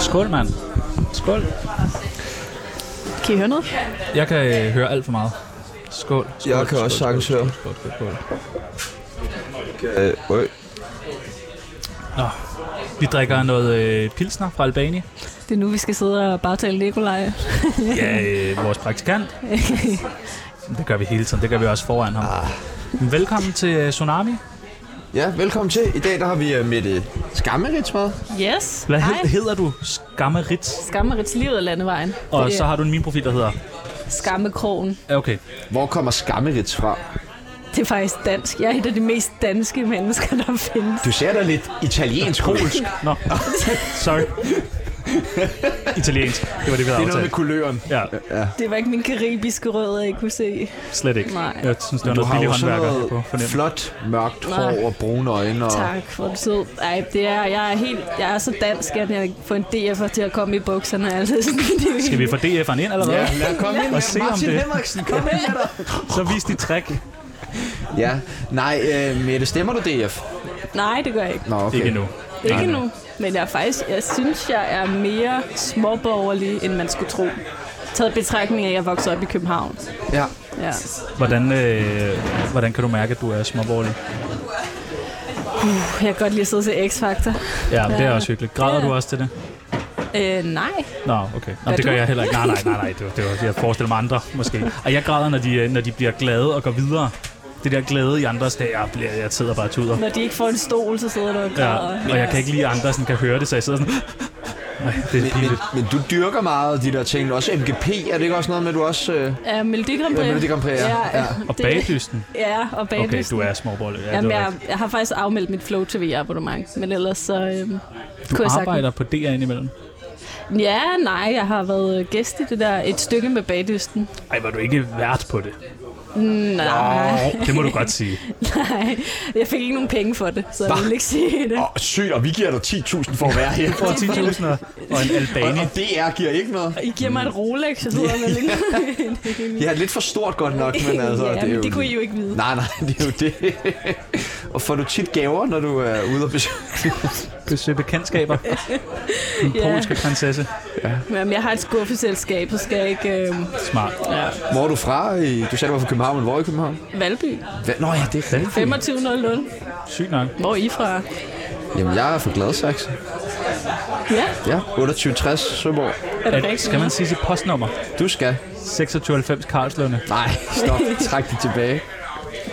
Skål, mand. Skål. Kan I høre noget? Jeg kan øh, høre alt for meget. Skål. skål Jeg kan også sagtens høre. Skål, skål, skål, skål. Øh, øh, Nå, vi drikker noget øh, pilsner fra Albani. Det er nu, vi skal sidde og bare tale Nikolaj. Ja, øh, vores praktikant. Det gør vi hele tiden. Det gør vi også foran ham. Ah. Velkommen til øh, Tsunami. ja, velkommen til. I dag der har vi uh, Mette Skammerits med. yes. Hvad Hej. hed, hedder du? Skammerit. Skammerits livet af landevejen. Og Det er så har du en min profil, der hedder... Skammekrogen. Ja, Okay. Hvor kommer Skammerits fra? Det er faktisk dansk. Jeg er et af de mest danske mennesker, der findes. Du ser da lidt italiensk ud. Polsk. Nå. Sorry. Italiensk. Det var det, vi havde aftalt. kuløren. Ja, Det var ikke min karibiske rødder, jeg kunne se. slet ikke. Nej. Jeg synes, det var Du noget har billig jo sådan håndværker på noget fornemmelsen. flot, mørkt Nej. hår og brune øjne. Og... Tak for det sød. Ej, det er, jeg er helt, jeg er så dansk, at jeg får en DF'er til at komme i bukserne. Altså, Skal vi få DF'eren ind allerede? Ja, lad komme ind Og se, om Martin det- Henriksen, kom ind med dig. Så vis dit trick. Ja, nej, øh, Mette, stemmer du DF? Nej, det gør jeg ikke. Nå, okay. Ikke endnu. Ikke nu. Men jeg er faktisk, jeg synes, jeg er mere småborgerlig, end man skulle tro. Taget i betragtning af, at jeg voksede op i København. Ja. Ja. Hvordan, øh, hvordan kan du mærke, at du er småborgerlig? Jeg kan godt lide at sidde til X-Factor. Ja, men det er Ja. også hyggeligt. Græder Ja. du også til det? Øh, nej. Nå, okay. Nå, det du? gør jeg heller ikke. Nej, nej, nej, nej. Det var, det var, jeg forestiller mig andre, måske. Og jeg græder, når de, øh, når de bliver glade og går videre. Det der glæde i andres dag, jeg, bliver, jeg sidder bare og tuder. Når de ikke får en stol, så sidder du og Ja, græder. og jeg kan ikke lide, at andre sådan kan høre det, så jeg sidder sådan... Nej, det er Men, pinligt. men du dyrker meget de der ting. Også MGP, er det ikke også noget med, du også... Øh... Ja, Melodi Grand Prix. Ja, Melodi Grand Prix, ja. Ja. Og bagdysten. Ja, og bagdysten. Okay, du er småbolle. Ja, Jamen, det var jeg, jeg har faktisk afmeldt mit Flow TV-abonnement, men ellers så... Øhm, rigtigt. du arbejder på DR indimellem. Sagtens. Ja, nej, jeg har været øh, gæst i det der et stykke med bagdysten. Ej, var du ikke vært på det? Nej, Det må du godt sige. nej. Jeg fik ikke nogen penge for det, så jeg vil ikke sige det. Åh, oh, sygt, og vi giver dig 10.000 for at være her. Får 10.000 og- og en albani. og DR giver ikke noget. I giver mig et Rolex, jeg sidder med lidt. Ja, lidt for stort godt nok, men altså... ja, er men det kunne I jo ikke vide. Nej, nej, det er jo det. og får du tit gaver, når du er ude og besøge? Besøg bekendtskaber. Den Ja. polske prinsesse. Men jeg har et skuffeselskab, så skal jeg ikke... Øh, Smart. ja. Hvor er du fra? I, du sagde, du var fra København, men hvor i København? Valby, Hva? Nå ja, det er rigtigt. 25.00. Sygt nok. Hvor er I fra? Jamen, jeg er fra Gladsaxe. Ja, Ja, 2860 Søborg. er det At, rigtigt? skal man sige sit postnummer? Du skal. 2690 Karlslunde. Nej, stop. Træk det tilbage.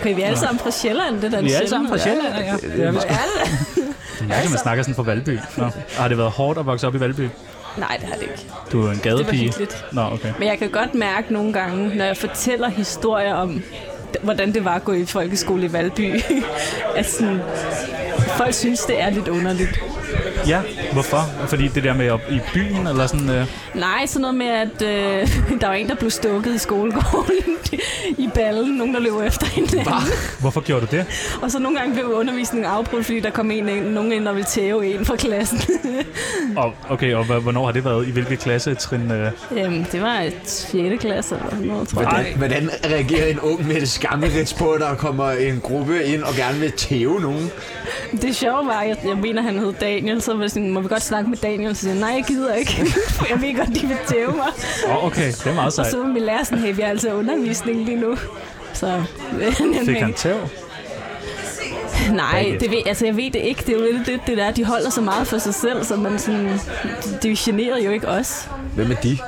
Okay, vi er alle sammen fra Sjælland, det ligesom der Vi er alle sammen fra Sjælland, ja. Det er vi sgu. Det er mærkeligt, man snakker sådan fra Valby. Nå. Har det været hårdt at vokse op i Valby? Nej, det har det ikke. Du er jo en gadepige. hyggeligt. Nå, okay. Men jeg kan godt mærke nogle gange, når jeg fortæller historier om, d- hvordan det var at gå i folkeskole i Valby, at sådan, folk synes, det er lidt underligt. Ja, hvorfor? Fordi det der med op i byen, eller sådan... Øh, Nej, sådan noget med, at øh, der var en, der blev stukket i skolegården i ballen. Nogen, der løber efter hinanden. hvorfor gjorde du det? Og så nogle gange blev undervisningen afbrudt, fordi der kom en, ind- nogen ind og ville tæve en fra klassen. Og, okay, og hv- hvornår har det været? I hvilke klasse? Trin, øh? Jamen, Øhm, det var et 6. klasse eller sådan noget, tror jeg. Hvordan, hvordan reagerer en ung med det skammerits på, at der kommer en gruppe ind og gerne vil tæve nogen? Det sjove var, at jeg, jeg mener, han hed Daniel, så var det sådan, må vi godt snakke med Daniel? Så siger jeg, nej, jeg gider ikke, for jeg ved godt, de vil tæve mig. Oh, okay, det er meget Og sejt. så var min lærer sådan, hey, vi har altså undervisning lige nu. Så, Fik han tæv? nej, bagefter? det ved, altså, jeg ved det ikke. Det er jo lidt det, det der, de holder så meget for sig selv, så man sådan, de generer jo ikke os. Hvem er de?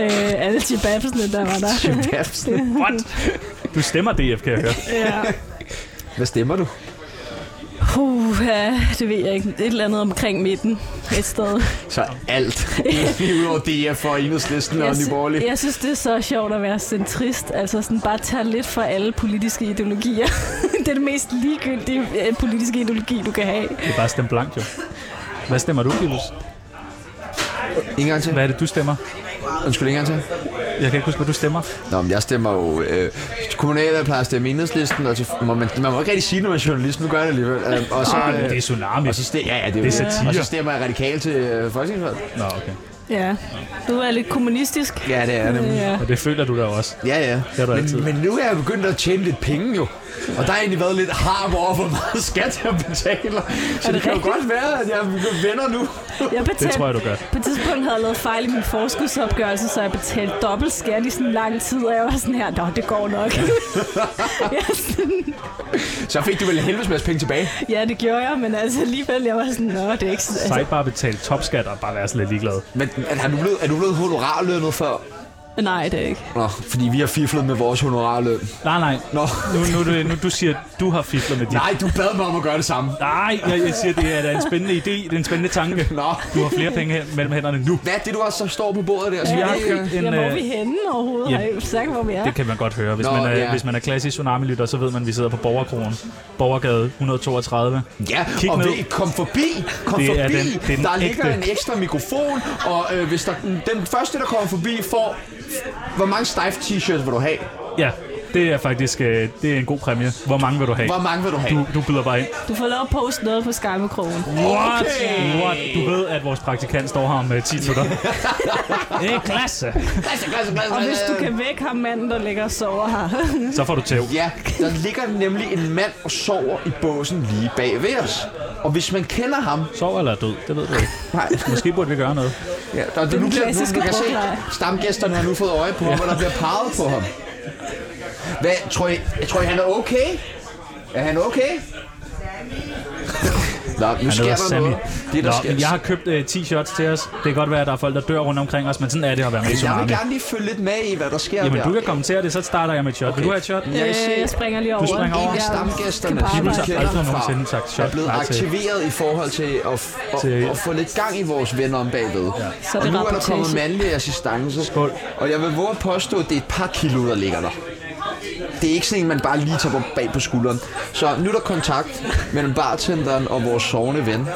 Øh, alle de babsene, der var der. Babsen. What? Du stemmer DF, kan jeg høre. ja. Hvad stemmer du? Puh, ja, det ved jeg ikke. Et eller andet omkring midten et sted. Så alt. Lige udover DF og Enhedslisten og Jeg, Nye sy- Borgerlige. jeg synes, det er så sjovt at være centrist. Altså sådan bare tage lidt fra alle politiske ideologier. det er det mest ligegyldige øh, politiske ideologi, du kan have. Det er bare stemme blankt, jo. Hvad stemmer du, Gilles? En gang til. Hvad er det, du stemmer? Undskyld, en gang til. Jeg kan ikke huske, hvad du stemmer. Nå, men jeg stemmer jo... Øh, kommunalvalg plejer at stemme enhedslisten, og til, må man, man må ikke rigtig sige, når man er journalist, nu gør jeg det alligevel. Øh, og så, Ah, øh, det er tsunami. og så stemmer, ja, ja, det er, jo Det er satire. Og så stemmer jeg radikal til øh, folketingsvalget. Nå, okay. Ja. Du er lidt kommunistisk. Ja, det er nemlig. Ja. Og det føler du da også. Ja, ja. er du altid. men, men nu er jeg begyndt at tjene lidt penge jo. Og der har egentlig været lidt harm over, hvor meget skat jeg betaler. Så Er det det, kan jo rigtigt? godt være, at jeg vender nu. Jeg betalte, Det tror jeg, du gør. På et tidspunkt havde jeg lavet fejl i min forskudsopgørelse, så jeg betalte dobbelt skat i sådan en lang tid, og jeg var sådan her, nå, det går nok. jeg er sådan, Så fik du vel en helvedes masse penge tilbage. ja, det gjorde jeg, men altså alligevel, jeg var sådan, nå, det er ikke... så- Altså, Sejt bare at betale topskat og bare være sådan lidt ligeglad. Men men har du blevet, er du blevet honorarlønnet før? nej, det er ikke. Nå, fordi vi har fiflet med vores honorarløn. Nej, nej. Nå. Nu, nu, er det- nu du siger, at du har fiflet med dit. Nej, du bad mig om at gøre det samme. Nej, jeg, jeg siger, det er da en spændende idé. Det er en spændende tanke. Nå. Du har flere penge hen- mellem hænderne nu. Hvad er det, du også så står på bordet der? Så Vi ja, har det, købt en... Ja, hvor er øh, vi henne overhovedet? ja. Ja. Har I sagt, hvor vi er? Det kan man godt høre. Hvis, Nå, Nå, man, er, ja. ja. hvis man er klassisk tsunami-lytter, så ved man, at vi sidder på Borgerkrogen. Borgergade 132. ja Kig og ned. ved, kom forbi, kom Det er forbi. den- det er den der ligger ægte. en ekstra mikrofon, og øh, hvis der, den første, der kommer forbi, får... Hvor mange Steiff t-shirts vil du have? Ja, det er faktisk øh, det er en god præmie. Hvor mange vil du have? Hvor mange vil du have? Du, du byder bare ind. Du får lov at poste noget på Skype-krogen. What? Okay. What? Du ved, at vores praktikant står her med 10 minutter. det er klasse. Klasse, klasse, klasse, Og hvis klasse. du kan vække ham manden, der ligger og sover her. Så får du tæv. Ja, der ligger nemlig en mand og sover i båsen lige bag ved os. Og hvis man kender ham... Sov eller er død, det ved du ikke. Nej, Måske burde vi gøre noget. ja, der, det er nu, nu, klassiske du kan se, forklaring. stamgæsterne har nu fået øje på ham, og der bliver peget på ham. Hvad, tror I, tror I, han er okay? Er han okay? Nå, nu sker hedder der noget. Det er der Nå, sker. men jeg har købt øh, t-shirts til os. Det kan godt være, at der er folk, der dør rundt omkring os, men sådan er det at være med i Jeg vil tsunami. gerne lige følge lidt med i, hvad der sker Jamen, der. du kan kommentere det, så starter jeg med et shot. Okay. Vil du have et shot? Jeg Jeg, øh, ser- jeg springer lige over. springer over. En af Jeg stamgæsterne, skal bare som Peoples vi har arbejde. aldrig kender fra, nogensinde sagt shot er blevet nej til. aktiveret i forhold til at, f- at, Til- at, at få lidt gang i vores venner om bagved. Ja. Så er Og det nu er der rapportage. kommet mandlige assistance. Skål. Og jeg vil våge at påstå, at det er et par kilo, der ligger der. Det er ikke sådan en, man bare lige tager på- bag på skulderen. Så nu er der kontakt mellem bartenderen og vores sovende ven.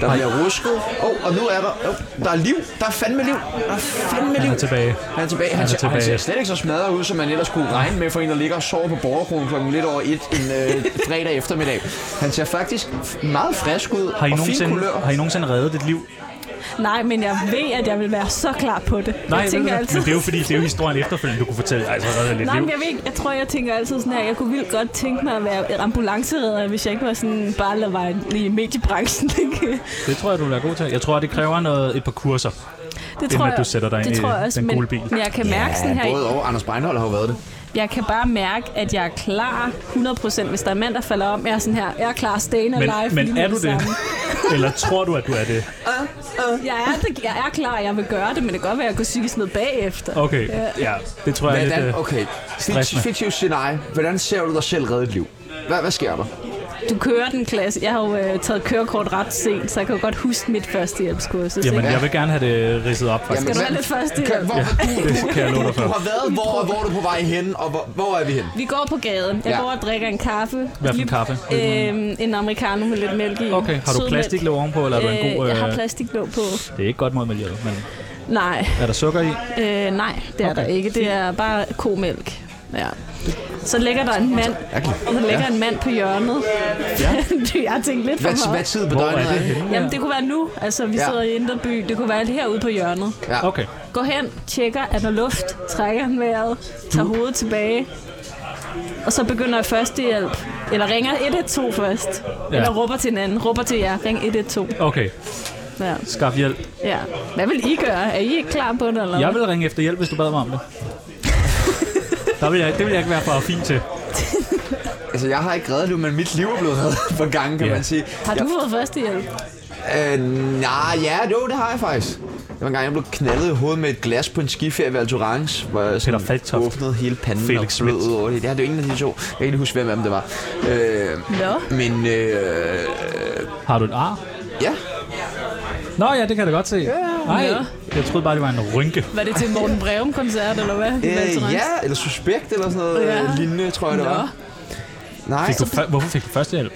Der bliver rusket. Oh, og nu er der... Oh, der er liv. Der er fandme liv. Der er fandme Han liv. er tilbage. Han er tilbage. Han, er han, ser, tilbage. han tilbage. ser slet ikke så smadret ud, som man ellers kunne regne med for en, der ligger og sover på borgerkronen klokken lidt over et en øh, fredag eftermiddag. Han ser faktisk f- meget frisk ud Har I, og fin nogensinde, kulør. har I nogensinde reddet dit liv? Nej, men jeg ved, at jeg vil være så klar på det. jeg ved du tænker hvad? altid... Men det er jo fordi, det er jo historien efterfølgende, du kunne fortælle. Altså, reddet jeg lidt Nej, liv. men jeg, ved ikke, jeg tror, jeg tænker altid sådan her, jeg kunne vildt godt tænke mig at være ambulanceredder, hvis jeg ikke var sådan bare lader mig i mediebranchen. ikke? Det tror jeg, du vil være god til. Jeg tror, det kræver noget, et par kurser. det med, at du sætter dig det ind i tror jeg også, den men, gule bil. Men jeg kan mærke sådan Ja, her, både og. Anders Breinholt har jo været det. jeg kan bare mærke, at jeg er klar 100%, hvis der er en mand, der falder om. Jeg er sådan her, jeg er klar staying Men, alive. lige men med er du det? samme. Eller tror du, at du er det? Øh. Jeg er, det, jeg er klar, jeg vil gøre det, men det kan godt være, at jeg går psykisk ned bagefter. Okay, Ja. ja. Det tror jeg er lidt... Hvordan, øh, okay, stressende. fiktiv scenarie. Hvordan ser du dig selv redde et liv? Hvad, hvad sker der? Du kører den klasse. Jeg har jo øh, taget kørekort ret sent, så jeg kan jo godt huske mit førstehjælpskursus. Jamen, ikke? jeg vil gerne have det ridset op, faktisk. Skal du hvad- have lidt først, Kan- Erik? Hvor, du, Det kan jeg love dig for. du har været, hvor, hvor er du på vej hen, og hvor, hvor er vi hen? Vi går på gaden. Jeg Ja. går og drikker en kaffe. Hvad for en kaffe? Øhm, en americano med lidt mælk i. Okay, har du Sødmælk. plastiklåg ovenpå, eller er du en god... Øh, jeg har øh, plastiklåg på. Det er ikke godt mod miljøet, men Nej, er der sukker i? øh, nej, det er Okay, der ikke. Det er bare komælk. Ja. Så ligger der en mand, så ligger en mand på hjørnet. Ja. jeg har tænkt lidt for Hvad, hvad meget. tid på Hvor døgnet er det det? henne? Jamen, det kunne være nu. Altså, vi Ja. sidder i Indreby. Det kunne være alt herude på hjørnet. Ja. Okay. Gå hen, tjekker, er der luft, trækker han vejret, tager hovedet tilbage, og så begynder jeg førstehjælp. Eller ringer 112 først. Ja. Ja. Eller råber til hinanden. Råber til jer. Ring 112. Okay, Ja. skaf hjælp. ja. Hvad vil I gøre? Er I ikke klar på det? Eller? Jeg vil ringe efter hjælp, hvis du bad mig om det. Der vil jeg, det vil jeg ikke være for fin til. Altså, jeg har ikke reddet det, men mit liv er blevet reddet for gange, kan Ja. man sige. Har du fået førstehjælp? Øh, nej, ja, jo, det har jeg faktisk. Det var en gang, jeg blev knaldet i hovedet med et glas på en skiferie ved Altorange, hvor jeg sådan Peter Falktoft. åbnede hele panden Felix og blød Schmidt. ud over det. Det er jo ingen af de to. Jeg kan ikke lige huske, hvem af dem det var. Øh, Nå. men øh, Har du et ar? ja, Nå ja, det kan jeg da godt se. Nej, Ja. jeg troede bare, det var en rynke. Var det til en Morten Breum-koncert, eller hvad? I øh, Valtorans? ja, eller suspekt eller sådan noget Ja. ja. lignende, tror jeg, det Nå. Altså, var. Nej, Fik du, fa- hvorfor fik du førstehjælp?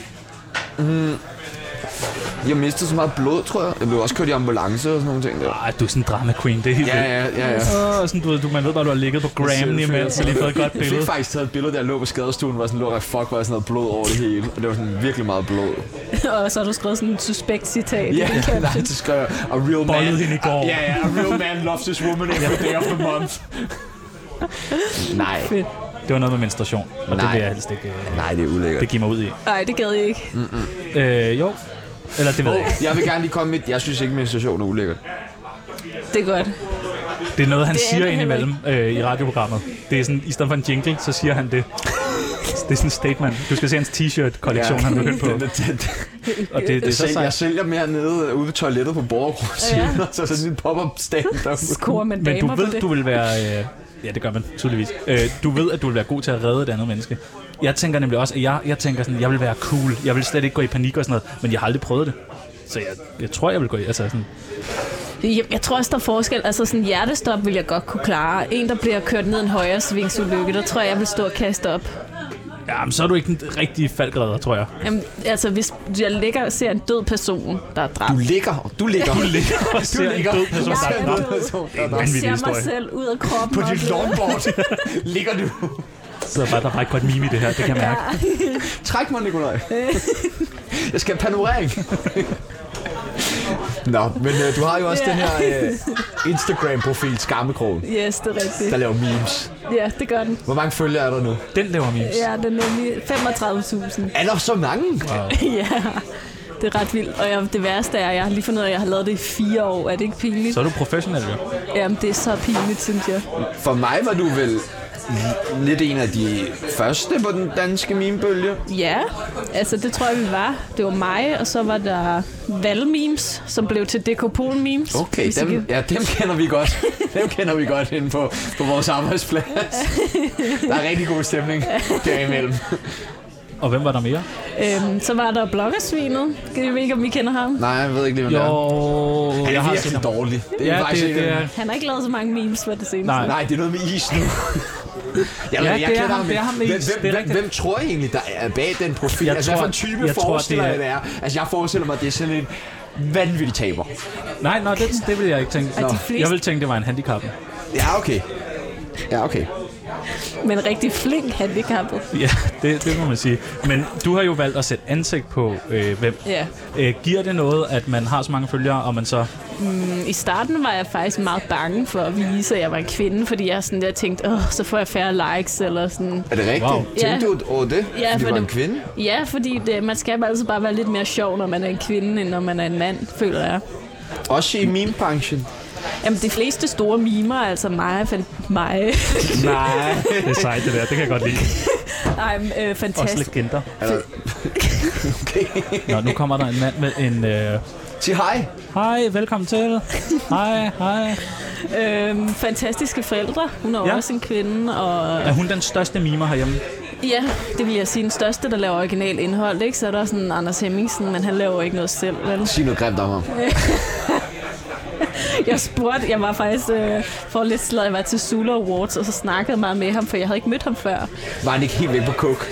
Jeg mistede så meget blod, tror jeg. Jeg blev også kørt i ambulance og sådan nogle ting der. Ej, du er sådan en drama queen, det er helt Ja, vildt. ja, ja, ja. Åh, sådan, du, ved- du, man ved bare, du har ligget på Grammy imens, og lige fået et godt Jeg billede. fik faktisk taget et billede, der lå på skadestuen, hvor jeg sådan lå og fuck, var sådan noget blod over det hele. Og det var sådan virkelig meget blod. og så har du skrevet sådan et suspekt citat Ja, i din yeah, nej, caption. det skrev jeg. A real man... Bollede hende i går. Ja, ja, a real man loves his woman every day of the month. nej, Det var noget med menstruation, og det Nej. vil jeg helst ikke øh, nej, det er ulækkert. begive mig ud i. Nej, det gad jeg ikke. Øh, jo. Eller det ved jeg ikke. Jeg vil gerne lige komme med, jeg synes ikke, min station er ulækkert. Det er godt. Det er noget, han Det er siger det heller indimellem øh, i radioprogrammet. Det er sådan, i stedet for en jingle, så siger han det. Det er sådan en statement. Du skal se hans t-shirt-kollektion, ja. han er begyndt på. Det, det, det, Og det, det er det, så sælger, jeg sejt. sælger mere nede øh, ude ved toilettet på borgergrunden, ja. og så er sådan en pop-up stand derude. Scorer man Men damer du på ved, det? du vil være... Øh, ja, det gør man tydeligvis. Øh, du ved, at du vil være god til at redde et andet menneske. Jeg tænker nemlig også, at jeg, jeg tænker sådan, jeg vil være cool. Jeg vil slet ikke gå i panik og sådan noget. Men jeg har aldrig prøvet det. Så jeg, jeg tror, jeg vil gå i... Altså sådan, Jamen, Jeg tror også, der er forskel. Altså sådan hjertestop vil jeg godt kunne klare. En, der bliver kørt ned i en højre svingsulykke, der tror jeg, jeg vil stå og kaste op. ja, men så er du ikke den rigtige falkredder, tror jeg. Jamen, altså, hvis jeg ligger og ser en død person, der er dræbt. Du ligger, du ligger. Du ligger og ser en ligger. død person, Jeg der er er dræbt. død. Det er jeg vanvittig ser mig historie. selv ud af kroppen. På og dit bliver- longboard ligger du. Så er der bare, der er bare et godt meme i det her, det kan jeg mærke. Træk mig, Nikolaj. Jeg skal have panorering. Nå, men øh, du har jo også Ja. den her øh, Instagram-profil, Skammekrogen, Yes, det er rigtigt. der laver memes. Ja, det gør den. Hvor mange følgere er der nu? Den laver memes. Ja, den er nemlig 35.000. Er der så mange? ja, det er ret vildt. Og jeg, det værste er, at jeg har lige fundet ud af, at jeg har lavet det i fire år. Er det ikke pinligt? Så er du professionel, jo. Jamen, det er så pinligt, synes jeg. For mig var du vel lidt en af de første på den danske memebølge. Ja, altså det tror jeg, vi var. Det var mig, og så var der valgmemes, som blev til dekopol-memes. Okay, Hvis I dem, kan- ja, dem kender vi godt. Dem kender vi godt inde på, på vores arbejdsplads. Der er rigtig god stemning derimellem. Og hvem var der mere? Øhm, så var der bloggersvinet. Jeg ved ikke, om I kender ham. Nej, jeg ved ikke lige, hvad Jo, det er. jeg har set virkelig ham. dårligt. Det er Ja, faktisk det, ikke... det er... Han har ikke lavet så mange memes for det seneste. Nej. Nej, det er noget med is nu. Jeg, Ja, ved- det er kender ham, det ikke. er ham med Hvem- is, Hvem, det er hvem, rigtigt. hvem tror I egentlig, der er bag den profil? Jeg altså, hvad tror- for en type jeg tror, forestiller det er- jeg, det er? Altså, jeg forestiller mig, at det er sådan en vanvittig taber. Nej, nå, det, det ville jeg ikke tænke. Og Nå. de fleste- Jeg ville tænke, det var en handicap. Ja, okay. Ja, okay. Men rigtig flink handicappet. Ja, det, det må man sige. Men du har jo valgt at sætte ansigt på, øh, hvem. Ja. Øh, giver det noget, at man har så mange følgere, og man så... Mm, I starten var jeg faktisk meget bange for at vise, at jeg var en kvinde, fordi jeg, sådan, jeg tænkte, Åh, så får jeg færre likes eller sådan. Er det rigtigt? Wow. Tænkte Ja. du over det? Ja, fordi for du var det- en kvinde? Ja, fordi det, man skal altid bare være lidt mere sjov, når man er en kvinde, end når man er en mand, føler jeg. Også i min branchen. Jamen, de fleste store mimer, er altså mig, fan- mig. Nej. det er sejt, det der. Det kan jeg godt lide. Nej, men, øh, Også fantastisk. legender. Eller- okay. Nå, nu kommer der en mand med en... Øh, Sig hej. hej, velkommen til. Hej, hej. Øhm, fantastiske forældre. Hun er Ja. ja. også en kvinde, og Er hun den største mimer herhjemme? ja, det vil jeg sige, den største, der laver original indhold, ikke? Så er der sådan Anders Hemmingsen, men han laver ikke noget selv, vel? Sig noget grimt om ham. Jeg spurgte, jeg var faktisk øh, for lidt slået, jeg var til Zulu Awards, og så snakkede jeg meget med ham, for jeg havde ikke mødt ham før. Var han ikke helt væk på coke?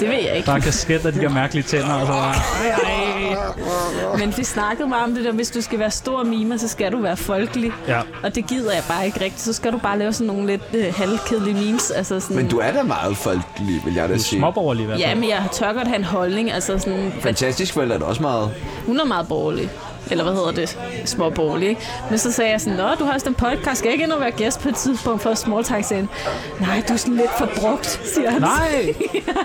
Det ved jeg ikke. Der er kasket af de der mærkelige tænder, altså. og så bare... Men vi snakkede meget om det der, hvis du skal være stor mimer, så skal du være folkelig. Ja. Og det gider jeg bare ikke rigtigt. Så skal du bare lave sådan nogle lidt øh, halvkedelige memes. Altså sådan, Men du er da meget folkelig, vil jeg da sige. Småborgerlig i hvert fald. Ja, men jeg tør godt have en holdning. Altså sådan, at Fantastisk forældre er da også meget. hun er meget borgerlig. Eller hvad hedder det? Småborgerlig, ikke? Men så sagde jeg sådan, Nå, du har også den podcast. Skal jeg ikke ind og være gæst på et tidspunkt for Small Talk scene? Nej, du er sådan lidt forbrugt, siger han. Nej!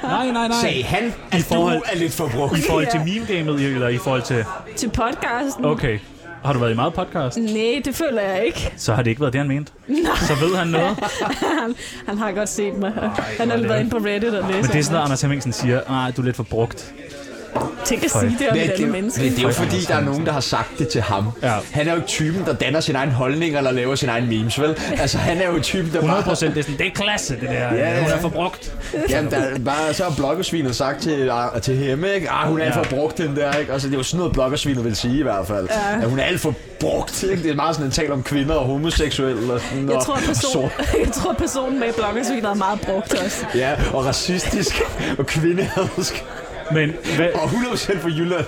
Nej, nej, nej. Sagde han, at I forhold- du er lidt forbrugt. I forhold til Ja. meme-gamet, eller i forhold til... Til podcasten. Okay, har du været i meget podcast? Nej, det føler jeg ikke. Så har det ikke været det, han mente. Så ved han noget. han, han har godt set mig. han hvor er har det- været inde på Reddit og læst. Men det er sådan noget, Anders Hemmingsen siger, nej, du er lidt for brugt. Tænk at Føj. sige det om et det, andet menneske. det, det er jo fordi, der er nogen, der har sagt det til ham. Ja. Han er jo ikke typen, der danner sin egen holdning eller laver sin egen memes, vel? Altså, han er jo typen, der 100 bare... procent, det er sådan, det er klasse, det der. ja, Hun er ja. for brugt. Jamen, der, er bare, så har bloggersvinet sagt til, ah, til hende, ikke? Ah, hun er alt for brugt, den der, ikke? Altså, det er jo sådan noget, bloggersvinet vil sige i hvert fald. Ja. At hun er alt for brugt, ikke? Det er meget sådan, en tal om kvinder og homoseksuelle og sådan Jeg og, tror, person, og sort. jeg tror, personen med bloggersvinet er meget brugt også. Ja, og racistisk og kvindehadsk. Men hvad, Og 100% for Jylland.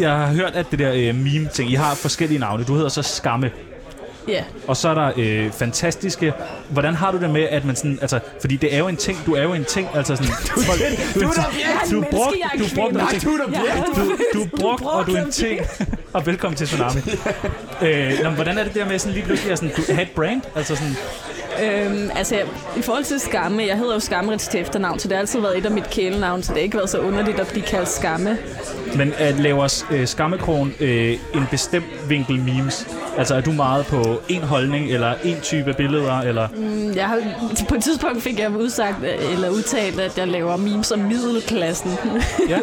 jeg har hørt, at det der øh, meme-ting, I har forskellige navne. Du hedder så Skamme. Ja, Og så er der øh, fantastiske... Hvordan har du det med, at man sådan... Altså, fordi det er jo en ting. Du er jo en ting. Altså sådan... Du, folk, du, du, Jeg er en du, menneske, brugt, jeg er du kvinde. brugt en Nej, ting. du er da Jeg er Du, du Du er er brugt, og du er en brugt, ting. og velkommen til Tsunami. øh, nå, men hvordan er det der med sådan lige pludselig at sådan, du have et brand? Altså sådan, Øhm, altså, i forhold til skamme, jeg hedder jo Skamrits til efternavn, så det har altid været et af mit kælenavn, så det har ikke været så underligt at blive kaldt skamme. men at laver øh, skammekrogen øh, en bestemt vinkel memes? Altså er du meget på en holdning, eller en type billeder, eller... Jeg har, på et tidspunkt fik jeg udsagt, eller udtalt, at jeg laver memes om middelklassen. Ja.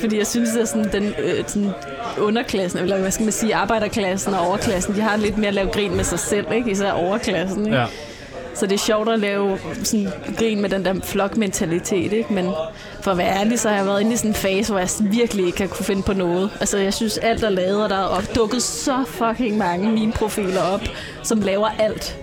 Fordi jeg synes, at sådan, den øh, sådan underklassen, eller hvad skal man sige, arbejderklassen og overklassen, de har lidt mere at lave grin med sig selv, ikke? især overklassen. Ikke? Ja. Så det er sjovt at lave sådan grin med den der flokmentalitet, ikke? Men for at være ærlig, så har jeg været inde i sådan en fase, hvor jeg virkelig ikke har kunne finde på noget. Altså, jeg synes, alt er lavet, og der er opdukket så fucking mange mine profiler op, som laver alt.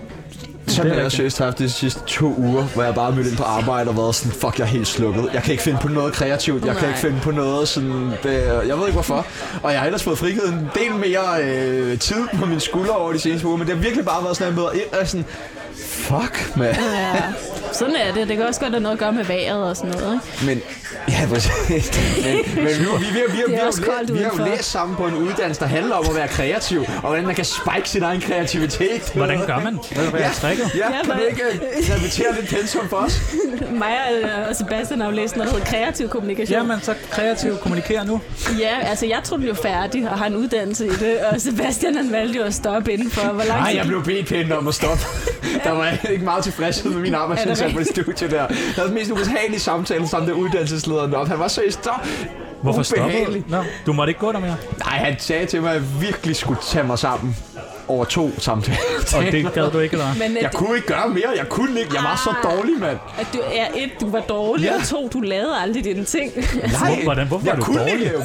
Sådan har jeg rigtigt. seriøst haft de sidste to uger, hvor jeg bare mødte ind på arbejde og været sådan, fuck, jeg er helt slukket. Jeg kan ikke finde på noget kreativt, jeg kan Nej. ikke finde på noget sådan, det, jeg ved ikke hvorfor. Og jeg har ellers fået frigivet en del mere øh, tid på mine skuldre over de seneste uger, men det har virkelig bare været sådan, at jeg møder ind og er sådan, fuck, man. Ja, sådan er det. Det kan også godt have noget at gøre med vejret og sådan noget. Ikke? Men, ja, præcis. Men, men vi, vi, vi, vi, vi, vi, Det er har også jo læ- koldt vi har jo udenfor. læst sammen på en uddannelse, der handler om at være kreativ, og hvordan man kan spike sin egen kreativitet. Hvordan gør man? Hvad hvad er tricket? Ja, Ja, kan du hvad- ikke øh, repetere lidt pensum for os? Mig og- og Sebastian har jo læst noget, der hedder kreativ kommunikation. Jamen, så kreativt kommunikere nu. Ja, altså jeg tror, den blev færdig og har en uddannelse i det, og Sebastian han valgte jo at stoppe indenfor. Hvor lang Nej, tid jeg blev bedt pænt om at stoppe. Der var ikke meget tilfredshed med min arbejdsindsats på det studie der. Jeg havde den mest ubehagelige samtale sammen med uddannelseslederen op. Han var så i stop. Hvorfor Ubehagelig. stoppede du? Nå, du måtte ikke gå der mere. Nej, han sagde til mig, at jeg virkelig skulle tage mig sammen over to samtaler. Og det gad du ikke, eller hvad? Men Jeg at, kunne ikke gøre mere. Jeg kunne ikke. Jeg var så Ah. dårlig, mand. at du er et, du var dårlig, Ja. og to, du lavede aldrig dine ting. Hvor- hvordan- hvorfor jeg var du kunne dårlig? Ikke, jo.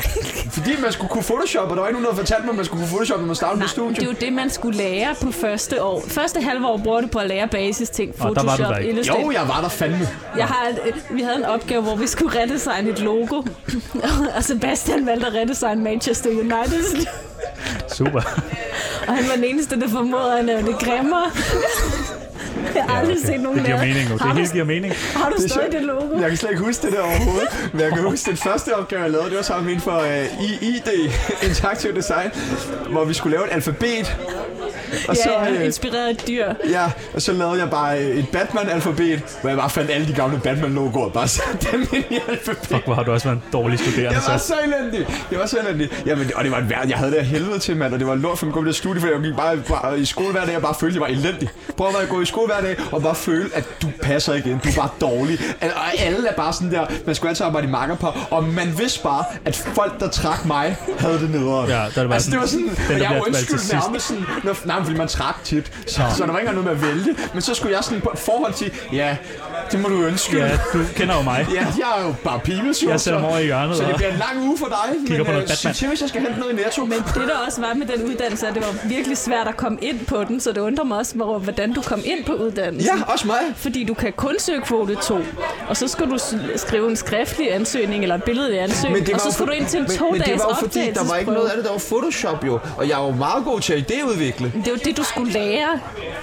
Fordi man skulle kunne Photoshop, og der var ikke nogen, der fortalte mig, at man skulle kunne Photoshop, når man startede på Nej, det er studiet. jo det, man skulle lære på første år. Første halve år bruger du på at lære basis ting. Og der var du Photoshop, der ikke. Illustrator. Jo, jeg var der fandme. Jeg har, et- vi havde en opgave, hvor vi skulle redesigne et logo. og Sebastian valgte at redesigne Manchester United. Super. og han var den eneste, der formåede at lave det grimmere. Jeg har aldrig set nogen Det giver lave- mening nu. Det Har, hele du, giver mening. har du Det er stadig sjovt. det logo? Jeg kan slet ikke huske det der overhovedet, men jeg kan huske den første opgave, jeg lavede, det var sammen med en for uh, IID, Interactive Design, hvor vi skulle lave et alfabet. Og så, Ja, ja, øh, inspireret af et dyr. ja, og så lavede jeg bare øh, et Batman-alfabet, hvor jeg bare fandt alle de gamle Batman-logoer, og bare satte dem ind i alfabet. Fuck, hvor har du også været en dårlig studerende, Jeg var så. så elendig. Jeg var så elendig. Jamen, det- og det var en værd. Jeg havde det af helvede til, mand. Og det var lort for mig at gå på det studie, for jeg gik bare, bare i skole hver dag og bare følte, at jeg var elendig. Prøv at være at gå i skole hver dag og bare føle, at du passer ikke ind. Du er bare dårlig. Al- Og alle er bare sådan der, man skulle altid arbejde i makkerpar. Og man vidste bare, at folk, der trak mig, havde det nederen. Ja, der er det bare altså, det var sådan, sådan, den, og der jeg bliver valgt til undskyldte sidst. nærmest sådan, når, nej, men fordi man trak tit. Så, Nå. så der var ikke engang noget med at vælge. Men så skulle jeg sådan på et forhold til, ja, det må du ønske. Ja, du kender jo mig. Ja, jeg er jo bare pibes, jo. Jeg sætter så- mig over i hjørnet, Så det hva'? bliver en lang uge for dig. Kigger på noget men, øh, Batman. sig til, hvis jeg skal hente noget i Netto. Men Det der også var med den uddannelse, at det var virkelig svært at komme ind på den, så det undrer mig også, hvor- hvordan du kom ind på uddannelsen. Ja, også mig. Fordi du kan kun søge kvote 2, og så skal du s- skrive en skriftlig ansøgning eller en billedlig ansøgning, og så skal du ind til en to men det dages var jo fordi, der var ikke noget af det, der var Photoshop jo. Og jeg var jo meget god til at idéudvikle. Det er jo det, du skulle lære.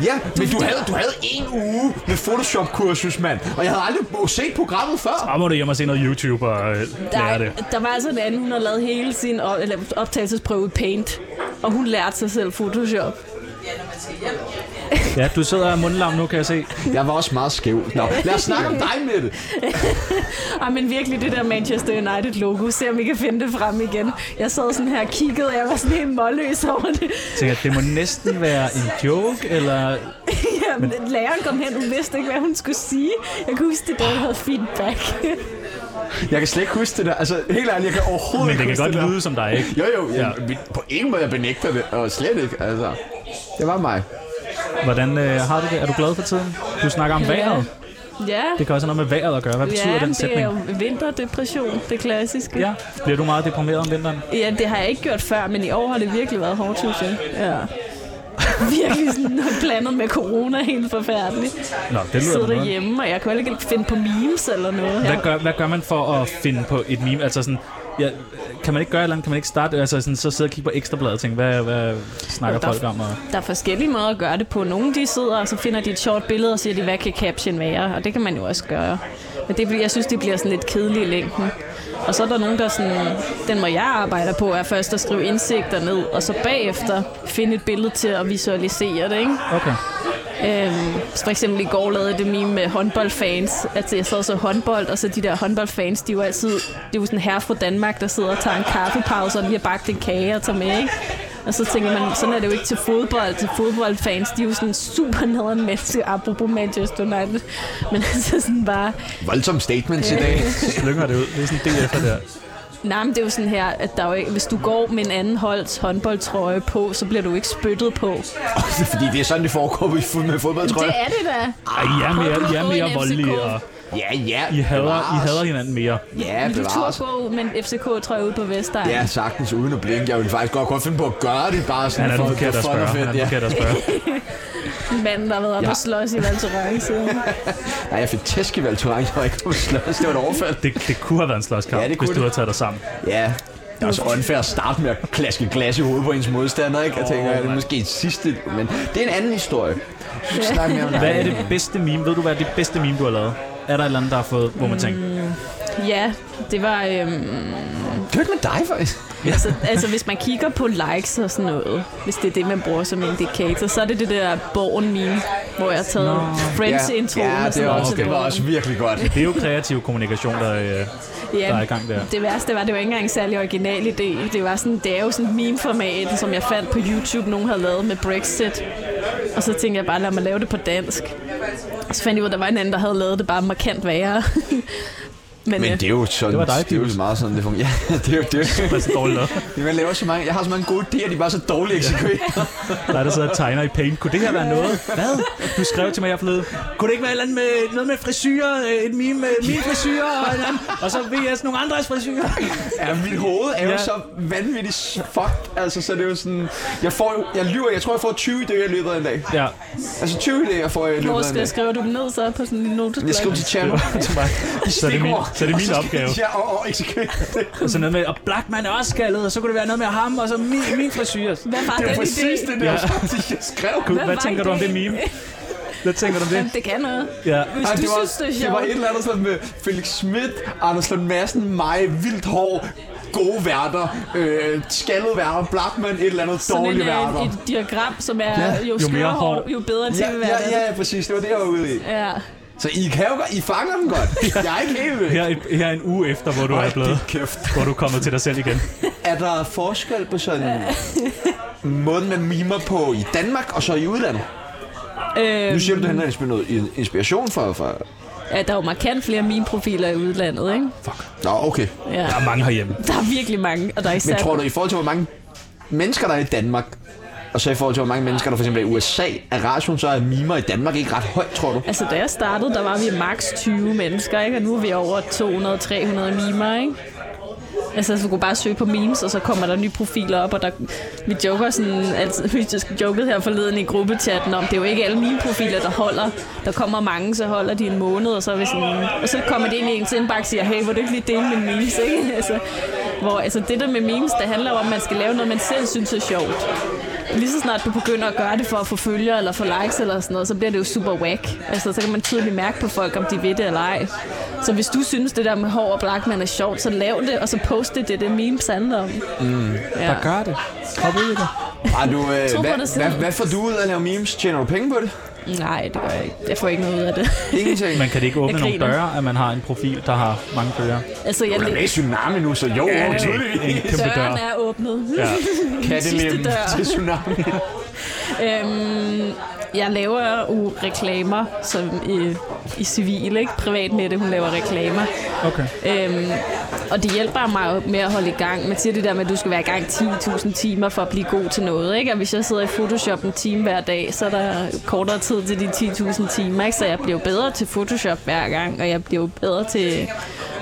Ja, men du havde, du havde en uge med Photoshop-kursus, mand. Og jeg havde aldrig set programmet før. Så må du hjem og se noget YouTube og øh, lære det. Der, der var altså en anden, hun har lavet hele sin op, eller optagelsesprøve i Paint, og hun lærte sig selv Photoshop. Ja, du sidder og er mundlam nu, kan jeg se. Jeg var også meget skæv. Nå, lad os snakke om dig, Mette. Ej, men virkelig, det der Manchester United-logo, se om vi kan finde det frem igen. Jeg sad sådan her og kiggede, og jeg var sådan helt målløs over det. Tænker, det må næsten være en joke, eller... Ja, men læreren kom hen, hun vidste ikke, hvad hun skulle sige. Jeg kunne huske, det der havde feedback. Jeg kan slet ikke huske det der. Altså, helt ærligt, jeg kan overhovedet Men ikke det kan huske godt det der. lyde som dig, ikke? Jo, jo. Ja. Ja. På ingen måde, jeg benægter det. Og slet ikke, altså. Det var mig. Hvordan øh, har du det? Er du glad for tiden? Du snakker om vejret. ja, Det kan også have noget med vejret at gøre. Hvad betyder ja den det er sætning? jo vinterdepression, det klassiske. Ja, bliver du meget deprimeret om vinteren? ja, det har jeg ikke gjort før, men i år har det virkelig været hårdt, synes jeg. Ja. virkelig sådan blandet med corona helt forfærdeligt. Nå, det lyder Sidder da noget. derhjemme, og jeg kunne heller ikke finde på memes eller noget her. Hvad gør, hvad gør man for at finde på et meme? Altså sådan, ja, kan man ikke gøre et eller andet? Kan man ikke starte? Altså sådan, så sidde og kigge på ekstrabladet og tænke, hvad, hvad snakker der, folk om? Og... der er forskellige måder at gøre det på. Nogle de sidder, og så finder de et sjovt billede, og siger de, hvad kan caption være? Og det kan man jo også gøre. Men det, er fordi, jeg synes, det bliver sådan lidt kedeligt i længden. Og så er der nogen, der sådan, den må jeg arbejde på, er først at skrive indsigter ned, og så bagefter finde et billede til at visualisere det, ikke? Okay. Øhm, så for eksempel i går lavede jeg det meme med håndboldfans. Altså jeg sad og så håndbold, og så de der håndboldfans, de er jo altid, det er jo sådan herre fra Danmark, der sidder og tager en kaffepause, og lige har bagt en kage og tager med, ikke? Og så tænker man, sådan er det jo ikke til fodbold. Til fodboldfans, de er jo sådan super nederen menneske, apropos Manchester United. Men altså sådan bare, Voldsom statements i dag. Slynger det ud. Det er sådan det efter der. nej, men det er jo sådan her, at der er jo ikke, hvis du går med en anden holds håndboldtrøje på, så bliver du ikke spyttet på. Fordi det er sådan, det foregår i fu- med fodbold, tror Det jeg. er det da. Ej, I er mere, I er mere voldelige, og Ja, ja. I hader, I bevares. hader hinanden mere. Ja, Vil du bevares. turde gå med en FCK-trøje ud på Vestegn? Ja, sagtens uden at blinke. Jeg vil faktisk godt kunne finde på at gøre det bare sådan Han er den for, forkerte at for spørge. at Han er finde, den forkerte ja. at spørge. manden, der har været oppe Ja. ja. og slås i Valtorang siden. Nej, jeg fik tæsk i Valtorant, jeg var ikke kommet slås. Det var et overfald. Det, det kunne have været en slåskamp, Ja, det kunne hvis du det. havde taget dig sammen. Ja. Det er også unfair at starte med at klaske et glas i hovedet på ens modstander, ikke? Jeg tænker, Åh, oh, det er mand. måske et sidste, men det er en anden historie. Vi skal snakke mere om det. Hvad er det bedste meme? Ved du, hvad er det bedste meme, du har lavet? Er der et eller andet, der har fået, hvor man tænker, Ja, det var... Øhm, Det er ikke med dig, faktisk. altså, altså, hvis man kigger på likes og sådan noget, hvis det er det, man bruger som indikator, så er det det der born meme, hvor jeg har taget Nå. Friends-introen ja, og det, sådan noget. var også, til det var også virkelig godt. det er jo kreativ kommunikation, der, øh, Ja, der er i gang der. Det værste var, det var ikke engang en særlig original idé. Det var sådan, det er jo sådan et meme-format, som jeg fandt på YouTube, nogen havde lavet med Brexit. Og så tænkte jeg bare, lad mig lave det på dansk. Og så fandt jeg ud af, der var en anden, der havde lavet det bare markant værre. Men, Men øh, det er jo sådan, Det var dig, det er jo Pibels. meget sådan, det fungerer. Ja, det er jo det. Det er så dårligt lavet. er- Man laver så mange, jeg har så mange gode idéer, de er bare så dårligt eksekveret. Der er der sidder og tegner i paint. Kunne det her være noget? Hvad? Du skrev til mig her forleden. Kunne det ikke være et eller andet med, noget med frisyrer? øh, Et meme med min frisyrer? Og, en anden- og så VS nogle andres frisyrer? Ja, mit hoved er jo Ja. ja. så vanvittigt fucked. Altså, så det er jo sådan... Jeg, får, jo- jeg lyver, jeg tror, jeg får 20 idéer i løbet af en dag. Ja, Altså, 20 idéer får jeg i Hvor løbet af en skal dag. jeg skrive dem ned så på sådan en notesblok? Jeg skriver til Chano. til mig. Så er det min, så er det min opgave. Ja, og, og eksekvere det. Og så noget med, og Blackman er også skaldet, og så kunne det være noget med ham, og så min, min frisyrer. Hvad var Det den er præcis idé? det, der Ja. ja. jeg skrev. Gud, Hvad Hvad var tænker du om det ideen? meme? Hvad tænker du om det? Jamen, det kan noget. Ja. Hvis Ej, Altså, du det, var, synes, det er det var sjovt. et eller andet sådan med Felix Schmidt, Anders Lund Madsen, mig, vildt hår, gode værter, øh, skaldede værter, Blackman, et eller andet Sådan en, dårlige øh, værter. et diagram, som er Ja, jo, jo jo mere hår. jo bedre til Ja, at være ja, ja, præcis. Det var det, jeg var ude i. ja. Så I kan jo godt, I fanger dem godt. Jeg er ikke helt ved. Her, et- her en uge efter, hvor du er blevet, kæft. hvor du er kommet til dig selv igen. Er der forskel på sådan måden, man mimer på i Danmark og så i udlandet? Øhm, Nu siger du, du henter inspi- noget in- inspiration for... for... ja, der er jo markant flere meme-profiler i udlandet, ikke? Nå, okay. Ja. Der er mange herhjemme. Der er virkelig mange, og der er især... Men tror du, i forhold til, hvor mange mennesker, der er i Danmark, og så i forhold til, hvor mange mennesker, der for eksempel er i USA, er ratioen så af mimer i Danmark ikke ret højt, tror du? Altså, da jeg startede, der var vi maks 20 mennesker, ikke? Og nu er vi over 200-300 mimer, ikke? Altså, så du kunne bare søge på memes, og så kommer der nye profiler op, og der, vi joker sådan, altså, vi just jokede her forleden i gruppechatten om, det er jo ikke alle meme-profiler, der holder. Der kommer mange, så holder de en måned, og så, er vi sådan, og så kommer det ind i ens indbakke og siger, hey, hvor du ikke lige dele min memes, ikke? Altså, hvor, altså, det der med memes, det handler jo om, at man skal lave noget, man selv synes er sjovt. Lige så snart du begynder at gøre det for at få følgere eller få likes eller sådan noget, så bliver det jo super whack. Altså, så kan man tydeligt mærke på folk, om de ved det eller ej. Så hvis du synes, det der med hår og Blackman er sjovt, så lav det, og så post det, det er det memes handler om. Mm. Ja. gør det. Hop ud i det. Har du, øh, Tro på dig hvad, selv. hvad, hvad, får du ud af at lave memes? Tjener du penge på det? Nej, det gør jeg ikke. Jeg får ikke noget ud af det. Ingenting. Man kan det ikke åbne Jeg nogle griner. døre, at man har en profil, der har mange følgere. altså, jeg Du er med i Tsunami nu, så jo, ja, En kæmpe dør. Døren er åbnet. Ja. Sidste Kattelem dør. til Tsunami. Øhm, jeg laver jo reklamer som i, i civil, ikke? Privat med det, hun laver reklamer. Okay. Øhm, og det hjælper mig jo med at holde i gang. Man siger det der med, at du skal være i gang 10.000 timer for at blive god til noget. Ikke? Og hvis jeg sidder i Photoshop en time hver dag, så er der kortere tid til de 10.000 timer. Ikke? Så jeg bliver jo bedre til Photoshop hver gang, og jeg bliver jo bedre til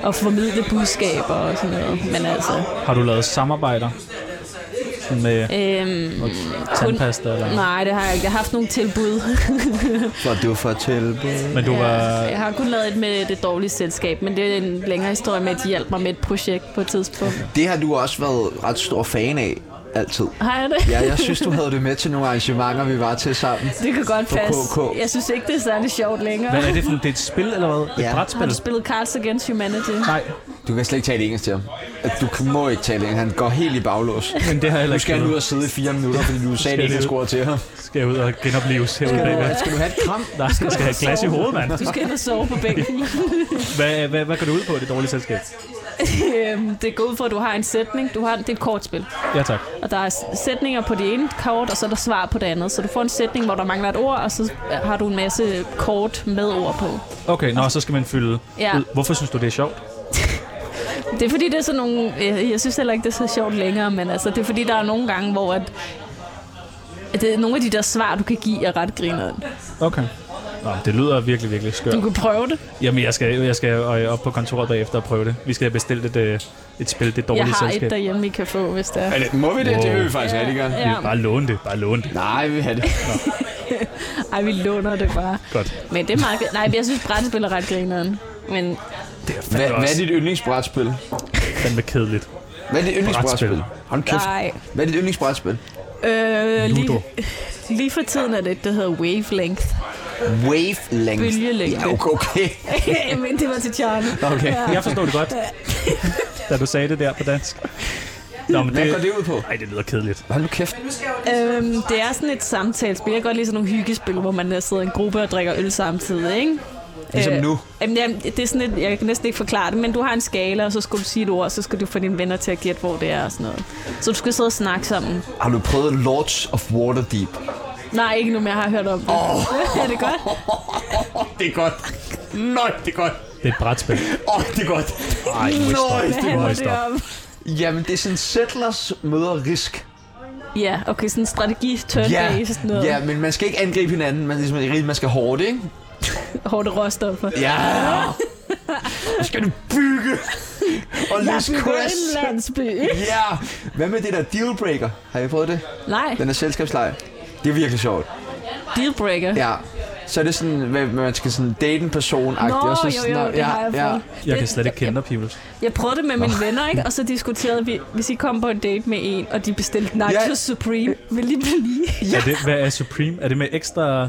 at formidle budskaber og sådan noget. Men altså, Har du lavet samarbejder? Sådan med Øhm, tandpasta eller nej, det har jeg ikke. Jeg har haft nogle tilbud. For du får tilbud. Men du var... Jeg har kun lavet et med det dårlige selskab, men det er en længere historie med, at de hjalp mig med et projekt på et tidspunkt. Det har du også været ret stor fan af, altid. Har jeg det? Ja, jeg synes, du havde det med til nogle arrangementer, vi var til sammen. Det kan godt På passe. KK. Jeg synes ikke, det er særlig sjovt længere. Hvad er det for Det er et spil eller hvad? Et Ja. Har brætspil? du spillet Cards Against Humanity? Nej, Du kan slet ikke tale engelsk til ham. Du må ikke tale engelsk. Han går helt i baglås. men det har jeg heller Nu ikke skal han ud spillet. og sidde i fire minutter, fordi du sagde et det- engelsk ord til ham. Skal jeg ud og genopleves herude bagved? Skal du have et kram? Nej, jeg skal have et glas i hovedet, mand. Du skal ind og sove på bænken. Hvad, hvad, hvad går du ud på, det dårlige selskab? Øhm, det går ud for, at du har en sætning. Du har, det er et kortspil. Ja, tak. Og der er s- sætninger på det ene kort, og så er der svar på det andet. Så du får en sætning, hvor der mangler et ord, og så har du en masse kort med ord på. Okay, nå, så skal man fylde Ja. ja. ud. Hvorfor synes du, det er sjovt? Det er fordi, det er sådan nogle... øh, Jeg synes heller ikke, det er så sjovt længere, men altså, det er fordi, der er nogle gange, hvor at, at det, nogle af de der svar, du kan give, er ret grineren. Okay. Nå, det lyder virkelig, virkelig skørt. Du kan prøve det. Jamen, jeg skal, jeg skal øh, op på kontoret bagefter og prøve det. Vi skal have bestilt et, øh, et spil, det Jeg dårlige har selskab. et derhjemme, I kan få, hvis det er. Er det, må vi det? Det vil vi faktisk rigtig gerne. Ja. Bare låne det, bare låne det. Nej, vi vil have det. Ej, vi låner det bare. Godt. Men det er meget... Nej, men jeg synes, brætspil er ret grineren. Men Det er Hvad, fandme hvad er også dit yndlingsbrætspil? fandme kedeligt. Hvad er dit yndlingsbrætspil? Brætspil. Hold kæft. nej. Hvad er dit yndlingsbrætspil? Øh, Ludo. lige, lige for tiden er det, et, der hedder Wavelength. Wavelength. Bølgelængde. Ja, okay, okay. men det var til Charlie. Okay. Jeg forstod det godt, da du sagde det der på dansk. Nå, men Hvad det... går det ud på? Ej, det lyder kedeligt. Hold nu kæft. Øhm, det er sådan et samtalespil. Jeg kan godt lide sådan nogle hyggespil, hvor man øh, sidder i en gruppe og drikker øl samtidig, ikke? Ligesom Øh, nu. Jamen, jamen, det er sådan et, jeg kan næsten ikke forklare det, men du har en skala, og så skal du sige et ord, og så skal du få dine venner til at gætte, hvor det er og sådan noget. Så du skal sidde og snakke sammen. Har du prøvet Lords of Waterdeep? Nej, ikke nu, men jeg har hørt om det. Oh. er det godt? Det er godt. Nøj, det er godt. Det er et brætspil. Åh, oh, det er godt. Ej, må I stoppe. Nøj, Hvad det er Må handler I godt. det stoppe. om? Jamen, det er sådan Settlers møder Risk. Ja, okay, sådan en strategi, turn Ja, based noget. ja, men man skal ikke angribe hinanden. Man, ligesom, man skal hårdt, ikke? Hårde råstoffer. Ja. Nu skal du bygge. Og Jeg løse bygger en quests. landsby. Ja. Hvad med det der dealbreaker? Har I prøvet det? Nej, Den er selskabsleje. Det er virkelig sjovt. dealbreaker. Ja. Så er det sådan, hvad- man skal sådan date en person Nå, og så jo, sådan, jo, noget. det har jeg fået. Jeg kan slet ikke kende dig, Pibels. Jeg prøvede det med mine venner, ikke? Og så diskuterede vi, hvis I kom på en date med en, og de bestilte Nacho Ja. Supreme, vil I blive? Er det, hvad er Supreme? Er det med ekstra...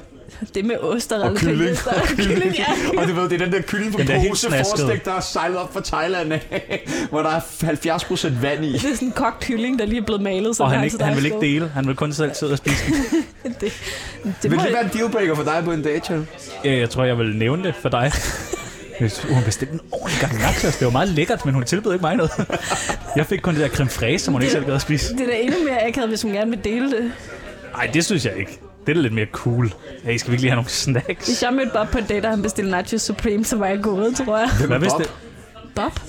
Det med ost og Og kylling. rallepølser. Og kylling, ja. Og du ved, det er den der kylling på Den der helt pose snaskede. forstik, der er sejlet op fra Thailand af, hvor der er 70% vand i. Det er sådan en kogt kylling, der lige er blevet malet. Og han, har ikke, altså han vil dig ikke slået. dele. Han vil kun selv sidde og spise. Det, det, Vil må det jeg- være en dealbreaker for dig på en date, John? Ja, jeg tror, jeg vil nævne det for dig. Hvis- Uh, hun bestilte en ordentlig gang nachos. Det var meget lækkert, men hun tilbød ikke mig noget. Jeg fik kun det der creme fraise, som hun ikke selv gad at spise. det er da endnu mere akavet, hvis hun gerne vil dele det. Nej, det synes jeg ikke. Det er da lidt mere cool. Hey, skal vi ikke lige have nogle Hvis snacks? jeg mødte Bob på en date, og han bestilte Nacho Supreme, så var jeg gået, tror jeg. Hvad hvis Bob? det... Bob?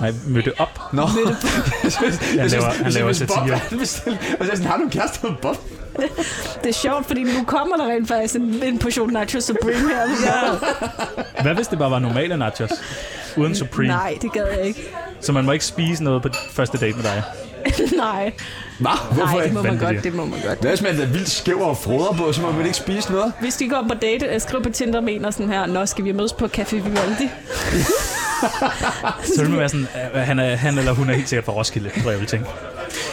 Nej, mødte op. Nå. Han laver, han laver Hvis Bob satire. er bestilt, og så er jeg sådan, har du en kæreste med Bob? Det er sjovt, fordi nu kommer der rent faktisk en, en portion Nacho Supreme her. Ja. Hvad hvis det bare var normale nachos? Uden Supreme. Nej, det gad jeg ikke. Så man må ikke spise noget på første date med dig. Nej, Hvad? Hvorfor nej, det ikke? må man Vanvittigt. godt, det må man godt. Hvad hvis man er vildt skæv og froder på, så må man ikke spise noget? Hvis de går på date, øh, skriv på Tinder med en og sådan her, Nå, skal vi mødes på Café Vivaldi? Så vil man være sådan, øh, han, er, han eller hun er helt sikkert fra Roskilde, tror jeg vil tænke.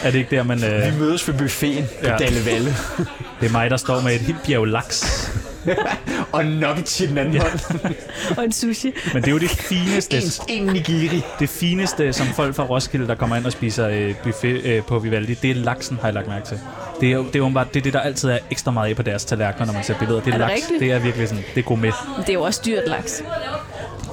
Er det ikke der, man... Øh, Vi mødes ved buffeten på Ja. ja. Dallevalle. det er mig, der står med et helt bjerg laks. og nuggets i den anden ja. hånd. Og en sushi. Men det er jo det fineste. En, en nigiri. Det fineste, som folk fra Roskilde, der kommer ind og spiser øh, buffet øh, på Vivaldi, det er laksen, har jeg lagt mærke til. Det er, jo- det er åbenbart det, er det, der altid er ekstra meget af på deres tallerkener, når man ser billeder. Det er, Er det laks. rigtigt? Det er virkelig sådan, det er gourmet. Det er jo også dyrt laks.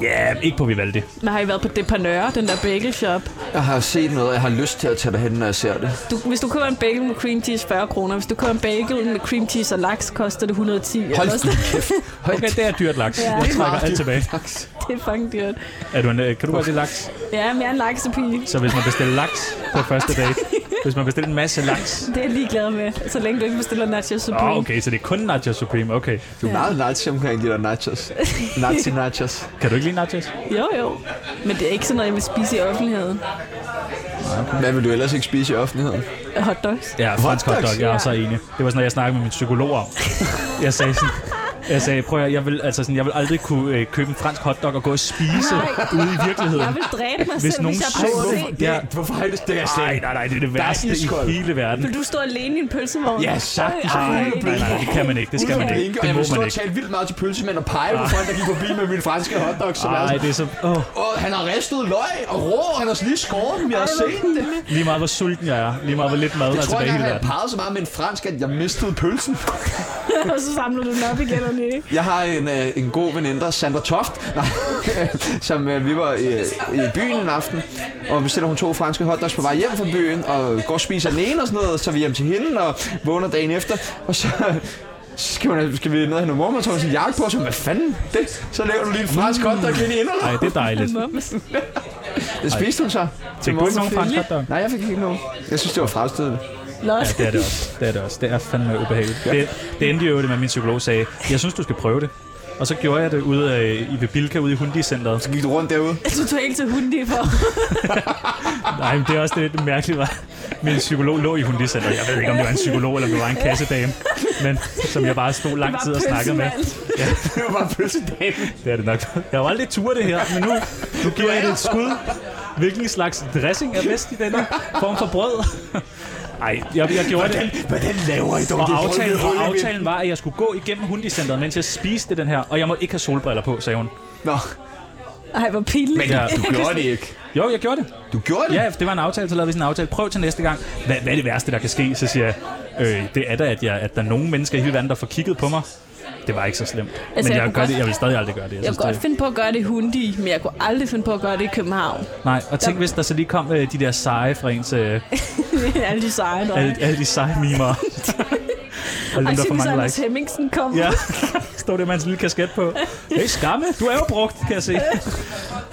Ja, yeah, ikke på Vivaldi. Men har I været på Depanøre, den der bagel shop? Jeg har set noget, og jeg har lyst til at tage derhen, når jeg ser det. Du, hvis du køber en bagel med cream cheese, 40 kroner. Hvis du køber en bagel med cream cheese og laks, koster det 110. Hold Eller nu sådan. kæft. Hold Okay, det er dyrt laks. Ja. Jeg trækker alt tilbage. det er fucking dyrt. Er du en, øh, kan du godt lide laks? Ja, men jeg er en laksepige. Så hvis man bestiller laks på første date, hvis man bestiller en masse laks... Det er jeg ligeglad med, så længe du ikke bestiller nacho Åh, supreme. oh, okay, så det er kun Nacho Supreme, okay. Du er meget nazi omkring de der nachos. Nazi nachos. Kan du ikke lide nachos? Jo, jo. Men det er ikke sådan noget, jeg vil spise i offentligheden. Hvad vil du ellers ikke spise i offentligheden? Hotdogs. Ja, fransk Hotdogs? hotdog, jeg er Ja. så enig. Det var sådan, at jeg snakkede med min psykolog om. Jeg sagde sådan, jeg sagde, prøv at høre, jeg vil, altså sådan, jeg vil aldrig kunne øh, købe en fransk hotdog og gå og spise Nej. ude i virkeligheden. Jeg vil dræbe mig Hvis selv, nogen hvis Ej, jeg prøvede hvorfor- det. det er- hvorfor har det stikket Nej, nej, nej, det er det er værste i iskold. hele verden. Vil du stå alene i en pølsevogn? Ja, sagtens. Ej, Nej, nej, nej, det kan man ikke, det skal man ikke. Og Det jeg må vil stå man og ikke. Ah. tale vildt meget til pølsemænd og pege på folk, der gik forbi med min franske hotdog. Som er Nej, sådan, det er så... Åh, Åh, han har ristet løg og rå, han har lige skåret dem, jeg har set det. lige meget hvor sulten jeg er, lige meget hvor lidt mad der Jeg er tror tilbage i ikke, hele jeg har verden. peget så meget med en fransk, at jeg mistede pølsen. og så samler du den op igen og ned. Jeg har en, øh, en god veninde, der er Sandra Toft, nej, som øh, vi var øh, i byen en aften, og bestiller hun to franske hotdogs på vej hjem fra byen, og går og spiser den ene og sådan noget, så er vi hjem til hende og vågner dagen efter, og så så skal, hun, skal vi ned og have noget mormor, og så har hun sin jakke på, og så hvad fanden det? Så laver du lige en fransk hotdog ind i indholdet. Nej, det er dejligt. Mums. Det spiste hun så. Fik du ikke nogen fransk hotdog? hotdog? Nej, jeg fik ikke nogen. Jeg synes, det var fremstødende. Nå, Ja, det er det også. Det er det også. Det er fandme ubehageligt. Det, det endte jo det med, at min psykolog sagde, jeg synes, du skal prøve det. Og så gjorde jeg det ude af, i ved Bilka, ude i Hundi-centeret. Gik du rundt derude? altså, du tog ikke til hundi for. Nej, men det er også lidt mærkeligt, var. Min psykolog lå i Hundi-centeret. Jeg ved ikke, om det var en psykolog, eller om det var en kassedame. Men som jeg bare stod lang tid og snakkede med. Det var bare pølsedagen. Det er det nok. Jeg har jo aldrig tur det her, men nu, nu giver jeg det et skud. Hvilken slags dressing er bedst i denne form for brød? Nej, jeg, jeg gjorde det. Hvordan laver I dog Og det? aftalen, Hul i og mit- aftalen var, at jeg skulle gå igennem hundicenteret, mens jeg spiste den her, og jeg må ikke have solbriller på, sagde hun. Nå, Ej, hvor pinligt. men Ja. du gjorde det ikke. Jo, jeg gjorde det. Du gjorde det? Ja, det var en aftale, så lavede vi sådan en aftale. Prøv til næste gang. Hvad, hvad er det værste, der kan ske? Så siger jeg, øh, det er da, at, jeg, at der er nogen mennesker i hele verden, der får kigget på mig. Det var ikke så slemt. Altså, Men jeg, jeg kunne gør godt- det, jeg vil stadig aldrig gøre det. Jeg kunne det, godt finde på at gøre det i Hundi, men jeg kunne aldrig finde på at gøre det i København. Nej, og tænk, hvis der så lige kom øh, de der seje fra ens... Øh, Alle de seje der. alle, alle de seje mimer. og Ej, dem, der se, får hvis mange Anders likes. Hemmingsen kom. Ja, står det med hans lille kasket på. Hey, skamme, du er jo brugt, kan jeg se.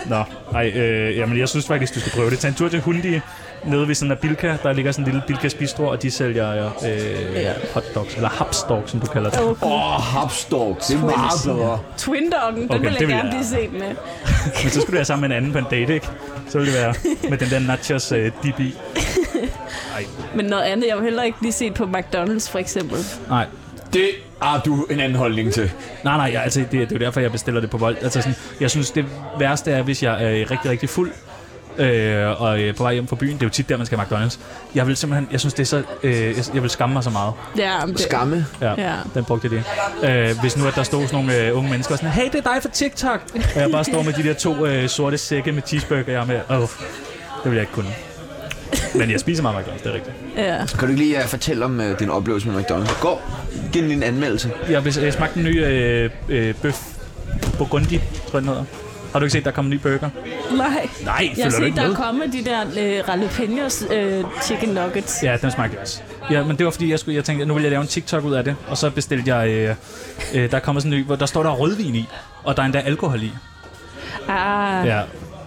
Nå, ej, øh, jamen jeg synes faktisk, du skal prøve det. Tag en tur til Hundi, nede ved sådan en Bilka. Der ligger sådan en lille Bilkas Bistro, og de sælger øh, ja. hotdogs, eller hapsdogs, som du kalder det. Okay. Åh, oh, Hapstork. Det er meget bedre. Twin Doggen, den Okay, vil jeg det vil gerne jeg- blive set med. Men så skulle du være sammen med en anden på en date, ikke? Så ville det være med den der nachos øh, dip i. Men noget andet, jeg vil heller ikke blive set på McDonald's for eksempel. Nej, Det har du en anden holdning til. Nej, nej, jeg, altså, det, det er jo derfor, jeg bestiller det på vold. Altså, sådan, jeg synes, det værste er, hvis jeg er øh, rigtig, rigtig fuld, øh, og øh, på vej hjem fra byen. Det er jo tit der, man skal have McDonald's. Jeg vil simpelthen, jeg synes, det er så, øh, jeg, jeg vil skamme mig så meget. Ja, men det, Skamme. Ja, Ja. ja. den brugte det. Øh, hvis nu, at der stod sådan nogle øh, unge mennesker og sådan, hey, det er dig fra TikTok. og jeg bare står med de der to øh, sorte sække med cheeseburger, jeg er med, åh, det vil jeg ikke kunne. Men jeg spiser meget McDonald's, det er rigtigt. ja. Kan du ikke lige uh, fortælle om uh, din oplevelse med McDonald's? Gå. Giv den en anmeldelse. Jeg, bes- jeg smagte den nye øh, øh, bøf. Burgundi, tror jeg den hedder. Har du ikke set, der kommer en ny burger? Nej. Nej, følger Jeg har du set, ikke der med? er kommet de der øh, jalapenos øh, chicken nuggets. Ja, den smagte jeg også. Ja, men det var fordi, jeg, skulle, jeg tænkte, at nu vil jeg lave en TikTok ud af det. Og så bestilte jeg... Øh, øh, der kommer sådan en ny, hvor der står der er rødvin i. Og der er endda alkohol i. Ah, Ja.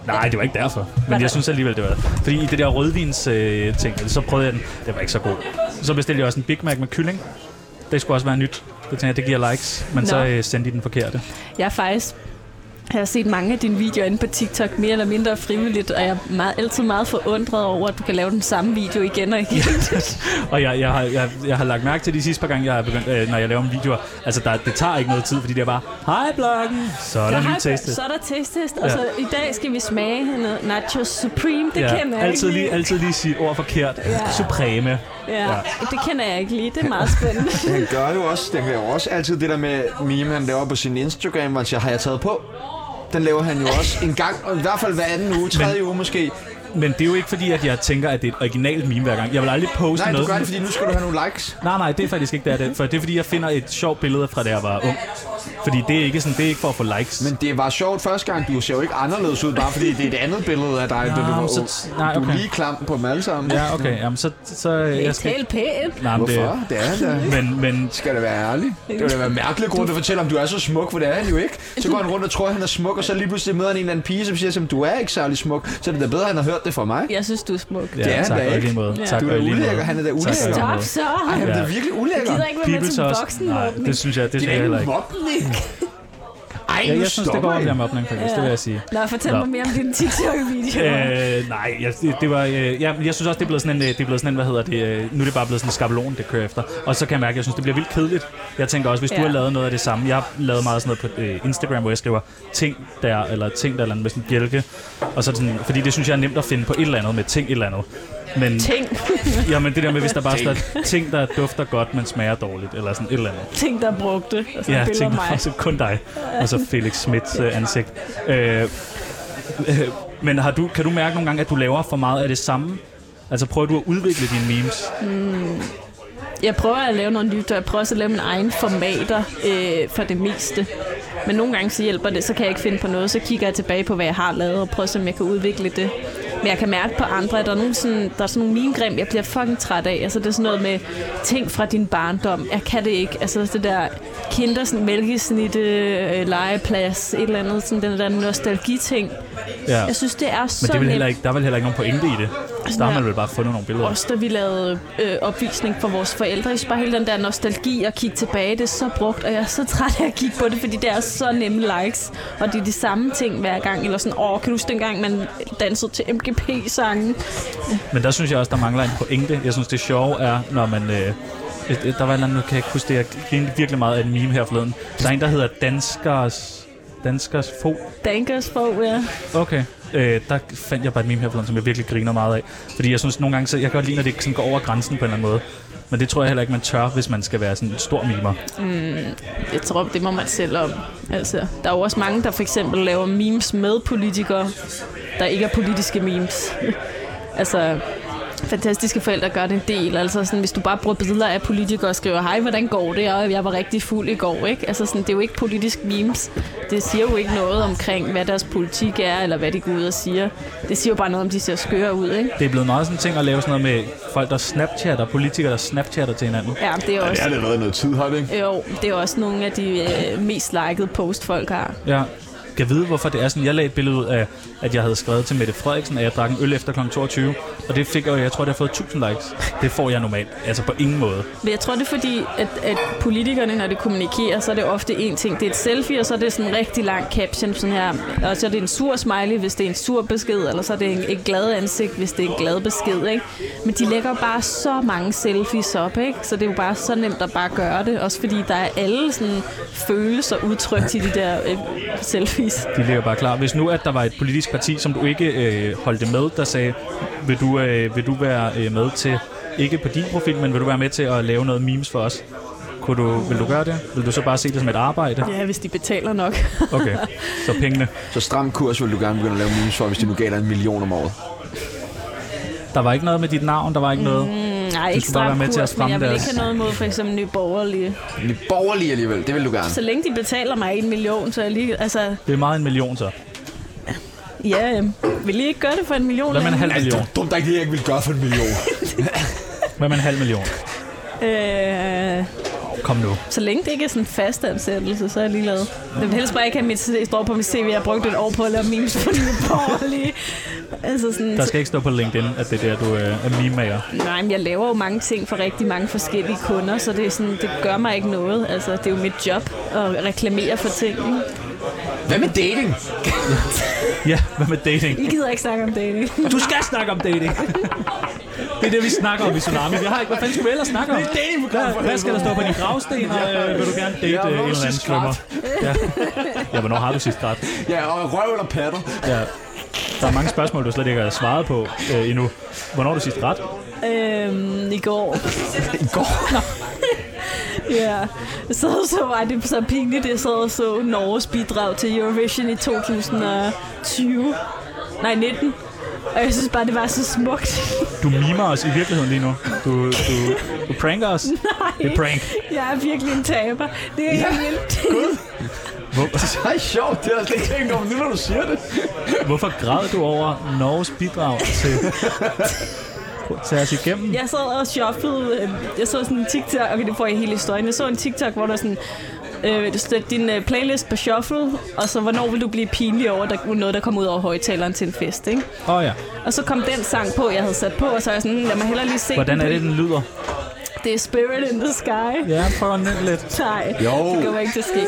Nej, det var ikke derfor. Men det? jeg synes alligevel, det var Fordi i det der rødvins øh, ting, så prøvede jeg den. Det var ikke så god. Så bestilte jeg også en Big Mac med kylling. Det skulle også være nyt. Det tænkte jeg, det giver likes. Men Nå. så øh, sendte de den forkerte. Jeg er faktisk jeg har set mange af dine videoer inde på TikTok, mere eller mindre frivilligt, og jeg er meget, altid meget forundret over, at du kan lave den samme video igen og igen. Og jeg, jeg, har, jeg, jeg har lagt mærke til de sidste par gange, jeg har begyndt, øh, når jeg laver en video. Altså, der, det tager ikke noget tid, fordi det er bare, hej bloggen, så er der en ny taste. Så er der taste test, og Ja. så i dag skal vi smage noget Nachos Supreme, det ja, kender jeg altid ikke lige, altid lige sige et ord forkert. Ja. Ja. Supreme. Ja, Ja. det kender jeg ikke lige, det er meget spændende. Han gør jo også, den gør jo også altid det der med meme, han laver på sin Instagram, hvor han siger, har jeg taget på? Den laver han jo også en gang, og i hvert fald hver anden uge, tredje uge måske. Men det er jo ikke fordi, at jeg tænker, at det er et originalt meme hver gang. Jeg vil aldrig poste Nej, du noget. gør det, fordi nu skal du have nogle likes. Nej, nej, det er faktisk ikke det, er det. For det er fordi, jeg finder et sjovt billede fra, da jeg var ung. Fordi det er ikke sådan, det er ikke for at få likes. Men det var sjovt første gang, du ser jo ikke anderledes ud, bare fordi det er et andet billede af dig, da Nå, du var men så- ung. nej, Du er okay. lige klam på dem alle sammen. Ja, okay, jamen så... så øh, jeg Jeg skal... skal... pænt. Nej, men det, Hvorfor? Det er da. men, men Skal det være ærligt? Det ville da være mærkeligt grund at fortælle, om du er så smuk, for det er han jo ikke. Så går han rundt og tror, at han er smuk, og så lige pludselig møder han en eller anden pige, som siger, som du er ikke særlig smuk, så er det da bedre, at han har hørt det fra mig. Jeg synes, du er smuk. Ja, Det er han tak, da og i ikke. lige måde. Ja. Tak, Du er og da i lige måde. ulækker, han er da Tak, og i lige ulækker. måde. Stop så! Ej, Jeg men det er Ja. virkelig ulækker. gider ikke være med People til så en også... Nej, voksenåbning. det synes jeg, det Det synes er jeg ikke heller en ikke. mobning. Ej, jeg, jeg synes, det går op i mobning, faktisk. Ja. Det vil jeg sige. Nå, fortæl Nå. Nå. mig mere om din TikTok-video. Øh, nej, jeg, det- det var, øh, ja, jeg synes også, det er blevet sådan en, øh, det er blevet sådan en hvad hedder det, øh, nu er det bare blevet sådan en skabelon, det kører efter. Og så kan jeg mærke, at jeg synes, det bliver vildt kedeligt. Jeg tænker også, hvis ja. du Ja. har lavet noget af det samme, jeg har lavet meget sådan noget på øh, Instagram, hvor jeg skriver ting der, eller ting der, eller andet med sådan en bjælke. Og så er det sådan, fordi det synes jeg er nemt at finde på et eller andet med ting et eller andet. Men, Ting, jamen det der med, hvis der bare står ting, der dufter godt, men smager dårligt, eller sådan et eller andet. ting, der brugte. Og så Ja, ja, jeg billeder af tænkte mig. faktisk kun dig. Og så Felix Smiths øh, ansigt. Øh, øh, men har du, kan du mærke nogle gange, at du laver for meget af det samme? Altså prøver du at udvikle dine memes? Jeg prøver at lave noget nyt, og jeg prøver også at lave mine egne formater øh, for det meste. Men nogle gange så hjælper det, så kan jeg ikke finde på noget. Så kigger jeg tilbage på, hvad jeg har lavet, og prøver at se, om jeg kan udvikle det. Men jeg kan mærke på andre, at der er, nogle sådan, der er sådan nogle mimegrim, jeg bliver fucking træt af. Altså det er sådan noget med ting fra din barndom. Jeg kan det ikke. Altså det der kinder, sådan mælkesnitte, øh, legeplads, et eller andet. Sådan den der nostalgiting. Ja. Jeg synes, det er så Men det er vel nemt. Altså, heller ikke, der er vel heller ikke nogen pointe i det. Der har man vel bare fundet nogle billeder. os, da vi lavede øh, opvisning for vores forældre. Jeg synes bare hele den der nostalgi og kigge tilbage, det er så brugt, og jeg er så træt af at kigge på det, fordi det er så nemme likes, og det er de samme ting hver gang. Eller sådan, åh, kan du huske dengang, man dansede til MGP-sangen? Men der synes jeg også, der mangler en pointe. Jeg synes, det sjove er, når man... Øh, et- et- der var et eller andet, nu kan jeg ikke huske det. Jeg grinede virkelig meget af en meme her forleden. Der er en, der hedder Danskers... Danskers Fog. Dankers for, ja. Okay. Øh, der fandt jeg bare et meme her forleden, som jeg virkelig griner meget af. Fordi jeg synes nogle gange, så jeg kan godt lide, når det sådan går over grænsen på en eller anden måde. Men det tror jeg heller ikke, man tør, hvis man skal være sådan en stor mimer. Jeg tror, det må man selv om. Altså, der er jo også mange, der for eksempel laver memes med politikere, der ikke er politiske memes. altså, fantastiske forældre gør det en del. Altså, sådan, hvis du bare bruger billeder af politikere og skriver, hej, hvordan går det? Og jeg var rigtig fuld i går, ikke? Altså, sådan, det er jo ikke politisk memes. Det siger jo ikke noget omkring, hvad deres politik er, eller hvad de går ud og siger. Det siger jo bare noget om, de ser skøre ud, ikke? Det er blevet meget sådan en ting at lave sådan noget med folk, der snapchatter, politikere, der snapchatter til hinanden. Ja, det er Ja, det også... har det været noget tid, har det ikke? Jo, det er også nogle af de øh, mest likede post, folk har. Ja. Kan vide, hvorfor det er sådan. Jeg lagde et billede ud af, at jeg havde skrevet til Mette Frederiksen, at jeg drak en øl efter kl. 22. Og det fik jeg, jeg tror, det har fået 1000 likes. Det får jeg normalt. Altså på ingen måde. Men jeg tror, det er fordi, at, at politikerne, når de kommunikerer, så er det ofte en ting. Det er et selfie, og så er det sådan en rigtig lang caption, sådan her. Og så er det en sur smiley, hvis det er en sur besked, eller så er det en, et glad ansigt, hvis det er en glad besked, ikke? Men de lægger jo bare så mange selfies op, ikke? Så det er jo bare så nemt at bare gøre det. Også fordi der er alle sådan følelser udtrykt i de der øh, selfies. De ligger bare klar. Hvis nu, at der var et politisk parti, som du ikke øh, holdte med, der sagde, vil du, øh, vil du være øh, med til, ikke på din profil, men vil du være med til at lave noget memes for os? Kunne du, vil du gøre det? Vil du så bare se det som et arbejde? Ja, hvis de betaler nok. Okay, så pengene. Så stram kurs vil du gerne begynde at lave memes for, hvis de nu gav dig en million om året. Der var ikke noget med dit navn, der var ikke noget. Mm, Nej, ikke skulle bare være stram med til at kurs, men stramme jeg vil deres- ikke have noget mod for eksempel nye borgerlige. Lidt borgerlig alligevel, det vil du gerne. Så længe de betaler mig en million, så er jeg lige... Altså, Det er meget en million så. Ja, øhm, vil I ikke gøre det for en million? Hvad med en halv Det million? er dumt, der ikke lige, jeg ikke ville gøre for en million. Hvad med en halv million? Øh, Kom nu. så længe det ikke er sådan en fast ansættelse, så er jeg ligeglad. Jeg vil helst bare ikke have mit det står på mit CV, jeg har brugt et år på at lave memes for nye borgerlige. altså sådan, Der så, skal ikke stå på LinkedIn, at det er der, du øh, er meme-mager. nej, men jeg laver jo mange ting for rigtig mange forskellige kunder, så det, er sådan, det gør mig ikke noget. Altså, det er jo mit job at reklamere for ting. ikke? Hvad med dating? Ja, hvad med dating? I gider ikke snakke om dating. Du skal snakke om dating. Det er det, vi snakker om i Tsunami. Vi har ikke, hvad fanden skulle vi ellers snakke om? Det er dating hvad, hvad skal der stå på din gravsten, og øh, vil du gerne date Ja, øh, en hvornår eller anden sidst svømmer? Ja. ja, hvornår har du sidst grædt? Ja, og røv eller patter. Ja. Der er mange spørgsmål, du slet ikke har svaret på øh, endnu. Hvornår har du sidst grædt? Øhm, I går. I går. Ja, så, så var det så pinligt, jeg sad og så Norges bidrag til Eurovision i 2020. Nej, 19. Og jeg synes bare, det var så smukt. Du mimer os i virkeligheden lige nu. Du, du, du pranker os. Det er prank. Jeg er virkelig en taber. Det er helt vildt. Det Altså, er sjovt, det har jeg slet ikke tænkt over, nu når du siger det. Hvorfor græd du over Norges bidrag til... Prøv at tage os igennem? Jeg sad og shoppede, øh, jeg så sådan en TikTok, okay, det får jeg hele historien. Jeg så en TikTok, hvor der sådan, øh, slet din øh, playlist på shuffle, og så hvornår vil du blive pinlig over der, noget, der kom ud over højtaleren til en fest, ikke? Åh oh, ja. Og så kom den sang på, jeg havde sat på, og så er jeg sådan, lad mig hellere lige se Hvordan den er på- det, den lyder? Det er Spirit in the Sky. Ja, prøv at lidt. Nej, Jo. det kommer ikke til at ske.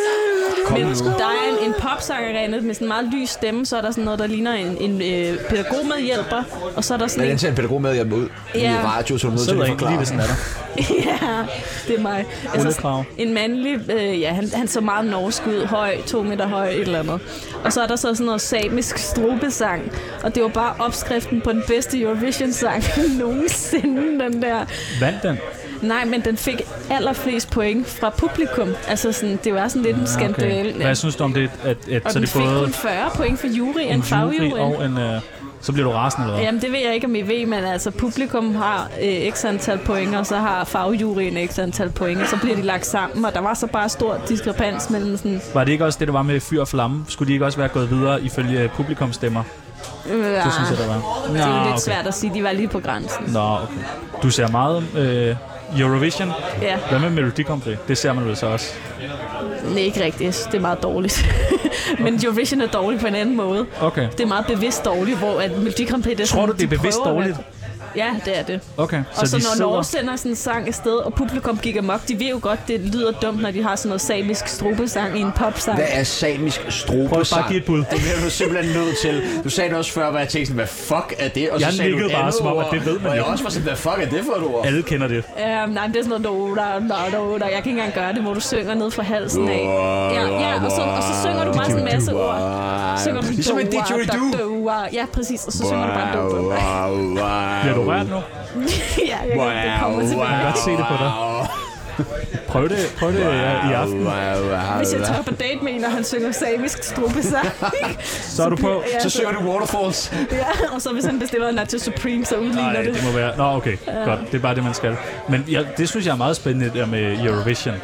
Kom Men nu. der er en, en popsangerinde med sådan en meget lys stemme, så er der sådan noget, der ligner en, en øh, pædagogmedhjælper, og så er der Men sådan en... den ser en pædagog med hjem ud i Ja. radio, så du er nødt Så til ved at jeg ikke lige, forklare. hvad sådan er der. ja, det er mig. Altså, Rullekrav. en mandlig, øh, ja, han, han så meget norsk ud, høj, to meter høj, et eller andet. Og så er der så sådan noget samisk strubesang, og det var bare opskriften på den bedste Eurovision-sang nogensinde, den der. Vandt den? Nej, men den fik allerflest point fra publikum. Altså, sådan, det var sådan lidt en skandale. Ah, Okay. Hvad synes du om det, at, at Og så den det fik både kun 40 point for juryen, en jury fagjuryen. og en... Øh, så bliver du rasende eller hvad? Jamen, det ved jeg ikke, om I ved, men altså, publikum har øh, x antal point, og så har fagjuryen x antal point, og så bliver de lagt sammen, og der var så bare stor diskrepans mellem sådan, Var det ikke også det, der var med fyr og flamme? Skulle de ikke også være gået videre ifølge publikumstemmer? øh, Det synes jeg, der var. det er jo lidt okay. svært at sige, de var lige på grænsen. Nå, okay. Du ser meget øh, Eurovision. Ja, Hvad med Melodi Grand Prix? Det ser man vel så også. nej, ikke rigtigt. Jeg synes, Det er meget dårligt. men Eurovision er dårligt på en anden måde. Okay. Det er meget bevidst dårligt, hvor at Melodi Grand Prix... Det er Tror du, sådan, det er de bevidst prøver at være- dårligt? Ja, det er det. Okay. Og så, de når sidder- Norge sender sådan en sang afsted, og publikum gik amok, de ved jo godt, det lyder dumt, når de har sådan noget samisk strubesang i en popsang. Hvad er samisk strobesang? Prøv bare at give et bud. Det bliver du simpelthen nødt til. Du sagde det også før, hvor jeg tænkte sådan, hvad fuck er det? Og så Jeg sagde du et nikkede bare, andet som om, ord, at det ved man Og jeg jo. også var sådan, hvad fuck er det for et ord? Alle kender det. Øhm, nej, men det er sådan noget, da, da, da, da. jeg kan ikke engang gøre det, hvor du synger ned fra halsen af. Ja, ja og, så, og så synger du bare sådan en masse ord. Synger du Ligesom en "Doa, didgeridoo." da, doa. Ja, præcis, og så synger du bare do, do. Bliver du rørt nu? Ja, jeg kan, det kommer tilbage. godt se det på dig. Prøv det, prøv det øh, i aften. Hvis jeg tager på date med en, og han synger samisk strubesang, Så er du på. ja, Så synger du Waterfalls. ja, og så hvis han bestiller en Nacho Supreme, så udligner Nej, det. det må være. Nå, okay. Godt. Det er bare det, man skal. Men ja, det synes jeg er meget spændende, det der med Eurovision.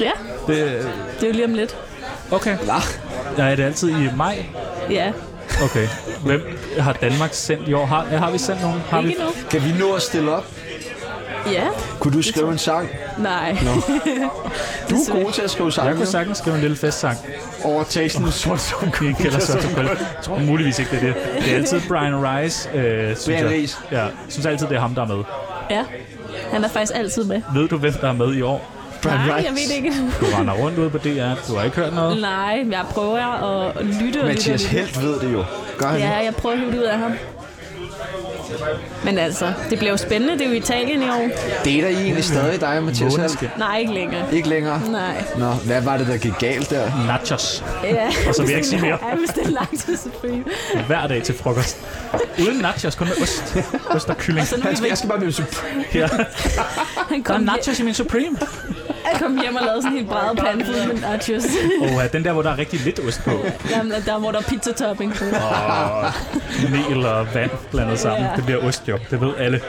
Ja, Det, øh, det er jo lige om lidt. okay. Nå, Ja, er det altid i maj? Ja, Okay. Hvem har Danmark sendt i år? Har, har vi sendt nogen? Har vi? ikke nu. kan vi nå at stille op? Ja, Kunne du skrive en sang? nej. Du er god til at skrive Jeg sange. kunne sagtens skrive en lille festsang. Over teksten sort som I en kælder så til Jeg tror muligvis ikke, det er det. Det er altid Brian Rice. Øh, synes Brian jeg. Rice. Ja, synes altid, det er ham, der er med. Ja, han er faktisk altid med. Ved du, hvem der er med i år? Nej, jeg ved det ikke. Du render rundt ude på DR. Du har ikke hørt noget. Nej, jeg prøver at lytte og lytte og Mathias lytte. Helt ved det jo. Gør han Ja, ikke? jeg prøver at lytte ud af ham. Men altså, det bliver jo spændende. Det er jo Italien i år. Det er da egentlig stadig dig og Mathias Helt. Måneske. Nej, ikke længere. Ikke længere. Nej. Nå, hvad var det, der gik galt der? Nachos. Ja. Og så vil jeg ikke sige mere. Ja, hvis det er langt til Supreme. Hver dag til frokost. Uden nachos, kun med ost. Ost og kylling. Og så nu Han skal, vi jeg skal bare blive supreme. Ja. han kom, hjem, i min Supreme. han kom hjem og lavede sådan en helt brædde pande ud med nachos. Og uh, den der, hvor der er rigtig lidt ost på. Jamen, der hvor der er pizza topping på. Mel og vand blandet sammen. Ja. Det bliver ost, jo. Det ved alle.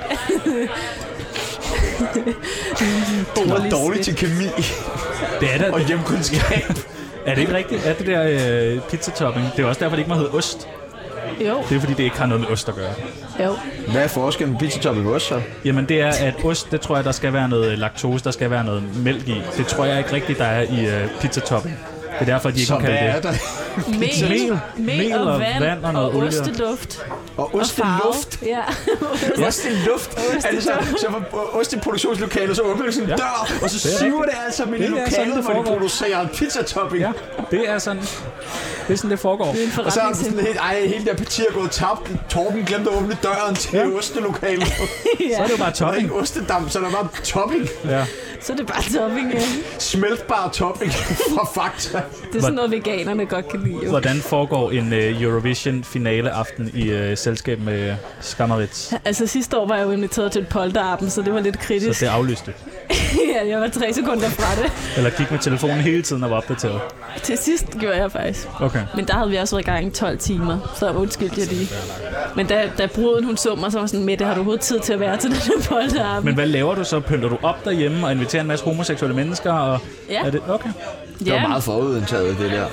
Du var dårlig til kemi Det er da, og hjemkundskab. er det ikke rigtigt? Er det der øh, pizza-topping? Det er også derfor, det ikke må hedde ost. Jo, Det er fordi, det ikke har noget med ost at gøre. jo. Hvad er forskellen på pizza topping og ost så? Jamen det er, at ost, det tror jeg, der skal være noget laktose, der skal være noget mælk i. Det tror jeg ikke rigtigt, der er i uh, pizzatoppen. Det er derfor, de ikke Så kan hvad kalde er det. der? Pizza. Mel. mel og, vand, og, noget olie. osteduft. Og ost i Farve. luft. Ja. Ost i luft. Er det så, så var ost i produktionslokalet, så åbner det sådan en Ja. dør, og så Det er siver det altså med i Det er sådan, lokalet, det hvor de foregår. producerer pizza topping. Ja, det er sådan, det er sådan, det foregår. Det er en Og så er det sådan forretningshæmning. helt, ej, hele der parti er gået tabt. Torben glemte at åbne døren til Ja. ostelokalet. Så er det jo bare Der er topping. ikke ostedam, så der var topping. Ja. Så er det bare topping, ja. Smeltbar topping fra Fakta. Det er sådan noget, veganerne godt kan lide. jo. Hvordan foregår en uh, Eurovision finale aften i uh, selskab med uh, Skammeritz? Altså sidste år var jeg jo inviteret til et polterappen, så det var lidt Så kritisk. det aflyste. ja, jeg var tre sekunder fra det. Eller gik med telefonen hele tiden og var opdateret. Til sidst gjorde jeg faktisk. Okay. Men der havde vi også været i gang i 12 timer, så undskyld jeg lige. Men da, da bruden hun så mig, så var jeg sådan, Mette, har du overhovedet tid til at være til den her polterappen? Men hvad laver du så? Pynter du op derhjemme og inviterer en masse homoseksuelle mennesker? Og Ja. Er det? Okay. ja, forudindtaget, det der.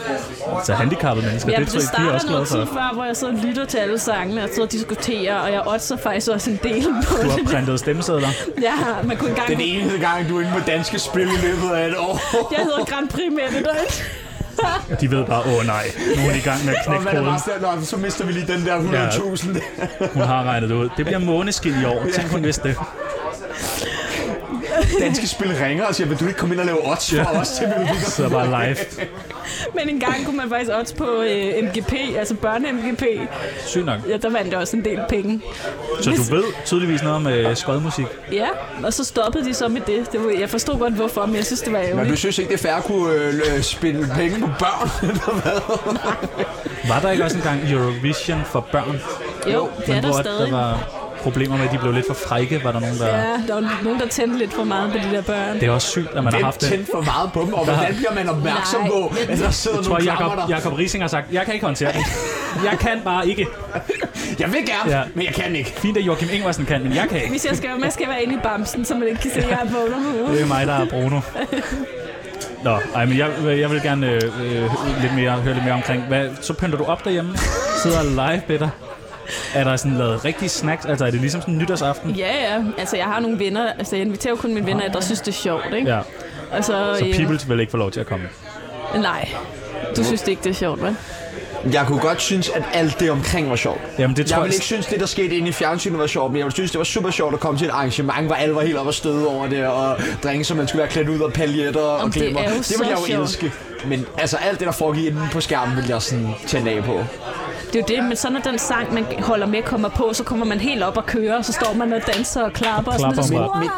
Så handicappede mennesker, Ja, det det, tror det jeg, de er starter også glade noget tid for. før, hvor jeg så lytter til alle sangene og så diskuterer, og jeg otter faktisk også en del på Du har det. printet stemmesedler. Ja, man kunne engang... Den eneste gang, du er inde på danske spil i løbet af et år. Jeg hedder Grand Prix Mette derinde. De ved bare, åh oh, nej, nu er de i gang med at Og knække hvad der koden. var sådan, "Nå, så mister vi lige den der 100.000. Ja. Hun har regnet det ud. Det bliver måneskin i år. Tænk, hun vidste det. Danske spil ringer og siger, vil du ikke komme ind og lave odds for os til Melodi Grand Så Prix?" bare live. Men engang kunne man faktisk også på øh, MGP, altså børne-MGP. Sygt nok. Ja, der vandt jeg også en del penge. Så Hvis- du ved tydeligvis noget om øh, skodmusik. Ja, og så stoppede de så med det. det var, jeg forstod godt, hvorfor, men jeg synes, det var Men du ærgerligt. synes ikke, det er fair at kunne øh, øh, spille penge på børn? Var der ikke også engang Eurovision for børn? Jo, det er Men der hvor stadig. Der var problemer med, at de blev lidt for frække. Var der nogen, der... Ja, der var nogen, der tændte lidt for meget på de der børn. Det er også sygt, at man har Hvem haft det. tændte for meget på dem, og hvordan bliver man opmærksom Nej. på, at der sidder Jeg tror, nogle klammer Jacob, der? Jacob Rising har sagt, jeg kan ikke håndtere det. Jeg kan bare ikke. Jeg vil gerne, Ja. men jeg kan ikke. Fint, at Joachim Ingvarsen kan, men jeg kan ikke. Hvis jeg skal, man skal være inde i bamsen, så man ikke kan se, at jeg har vågner på Det er mig, der er Bruno. Nå, ej, men jeg, jeg vil gerne øh, øh, lidt mere, høre lidt mere omkring. Hvad, så pynter du op derhjemme, sidder og live bedre. Er der sådan lavet rigtig snacks? Altså er det ligesom sådan nytårsaften? Ja, ja. Altså, jeg har nogle venner. Altså, jeg inviterer jo kun mine venner, der synes, det er sjovt, ikke? Altså, øh, Ja, Og så, så Peoples vil ikke få lov til at komme. øh, nej. Du synes det ikke, det er sjovt, vel? Jeg kunne godt synes, at alt det omkring var sjovt. Jamen det tror Jeg jeg, ville ikke synes, det der skete inde i fjernsynet var sjovt, men jeg ville synes, det var super sjovt at komme til et arrangement, hvor alle var helt op og støde over det, og drenge, som man skulle være klædt ud af paljetter og Om det glemmer. er jo Det ville så jeg jo sjovt. elske. Men altså alt det, der foregik inde på skærmen, ville jeg sådan tænde af på. Det er jo det, men så når den sang, man holder med, kommer på, så kommer man helt op og kører, og så står man og danser og klapper. og Klapper sådan, bare. noget.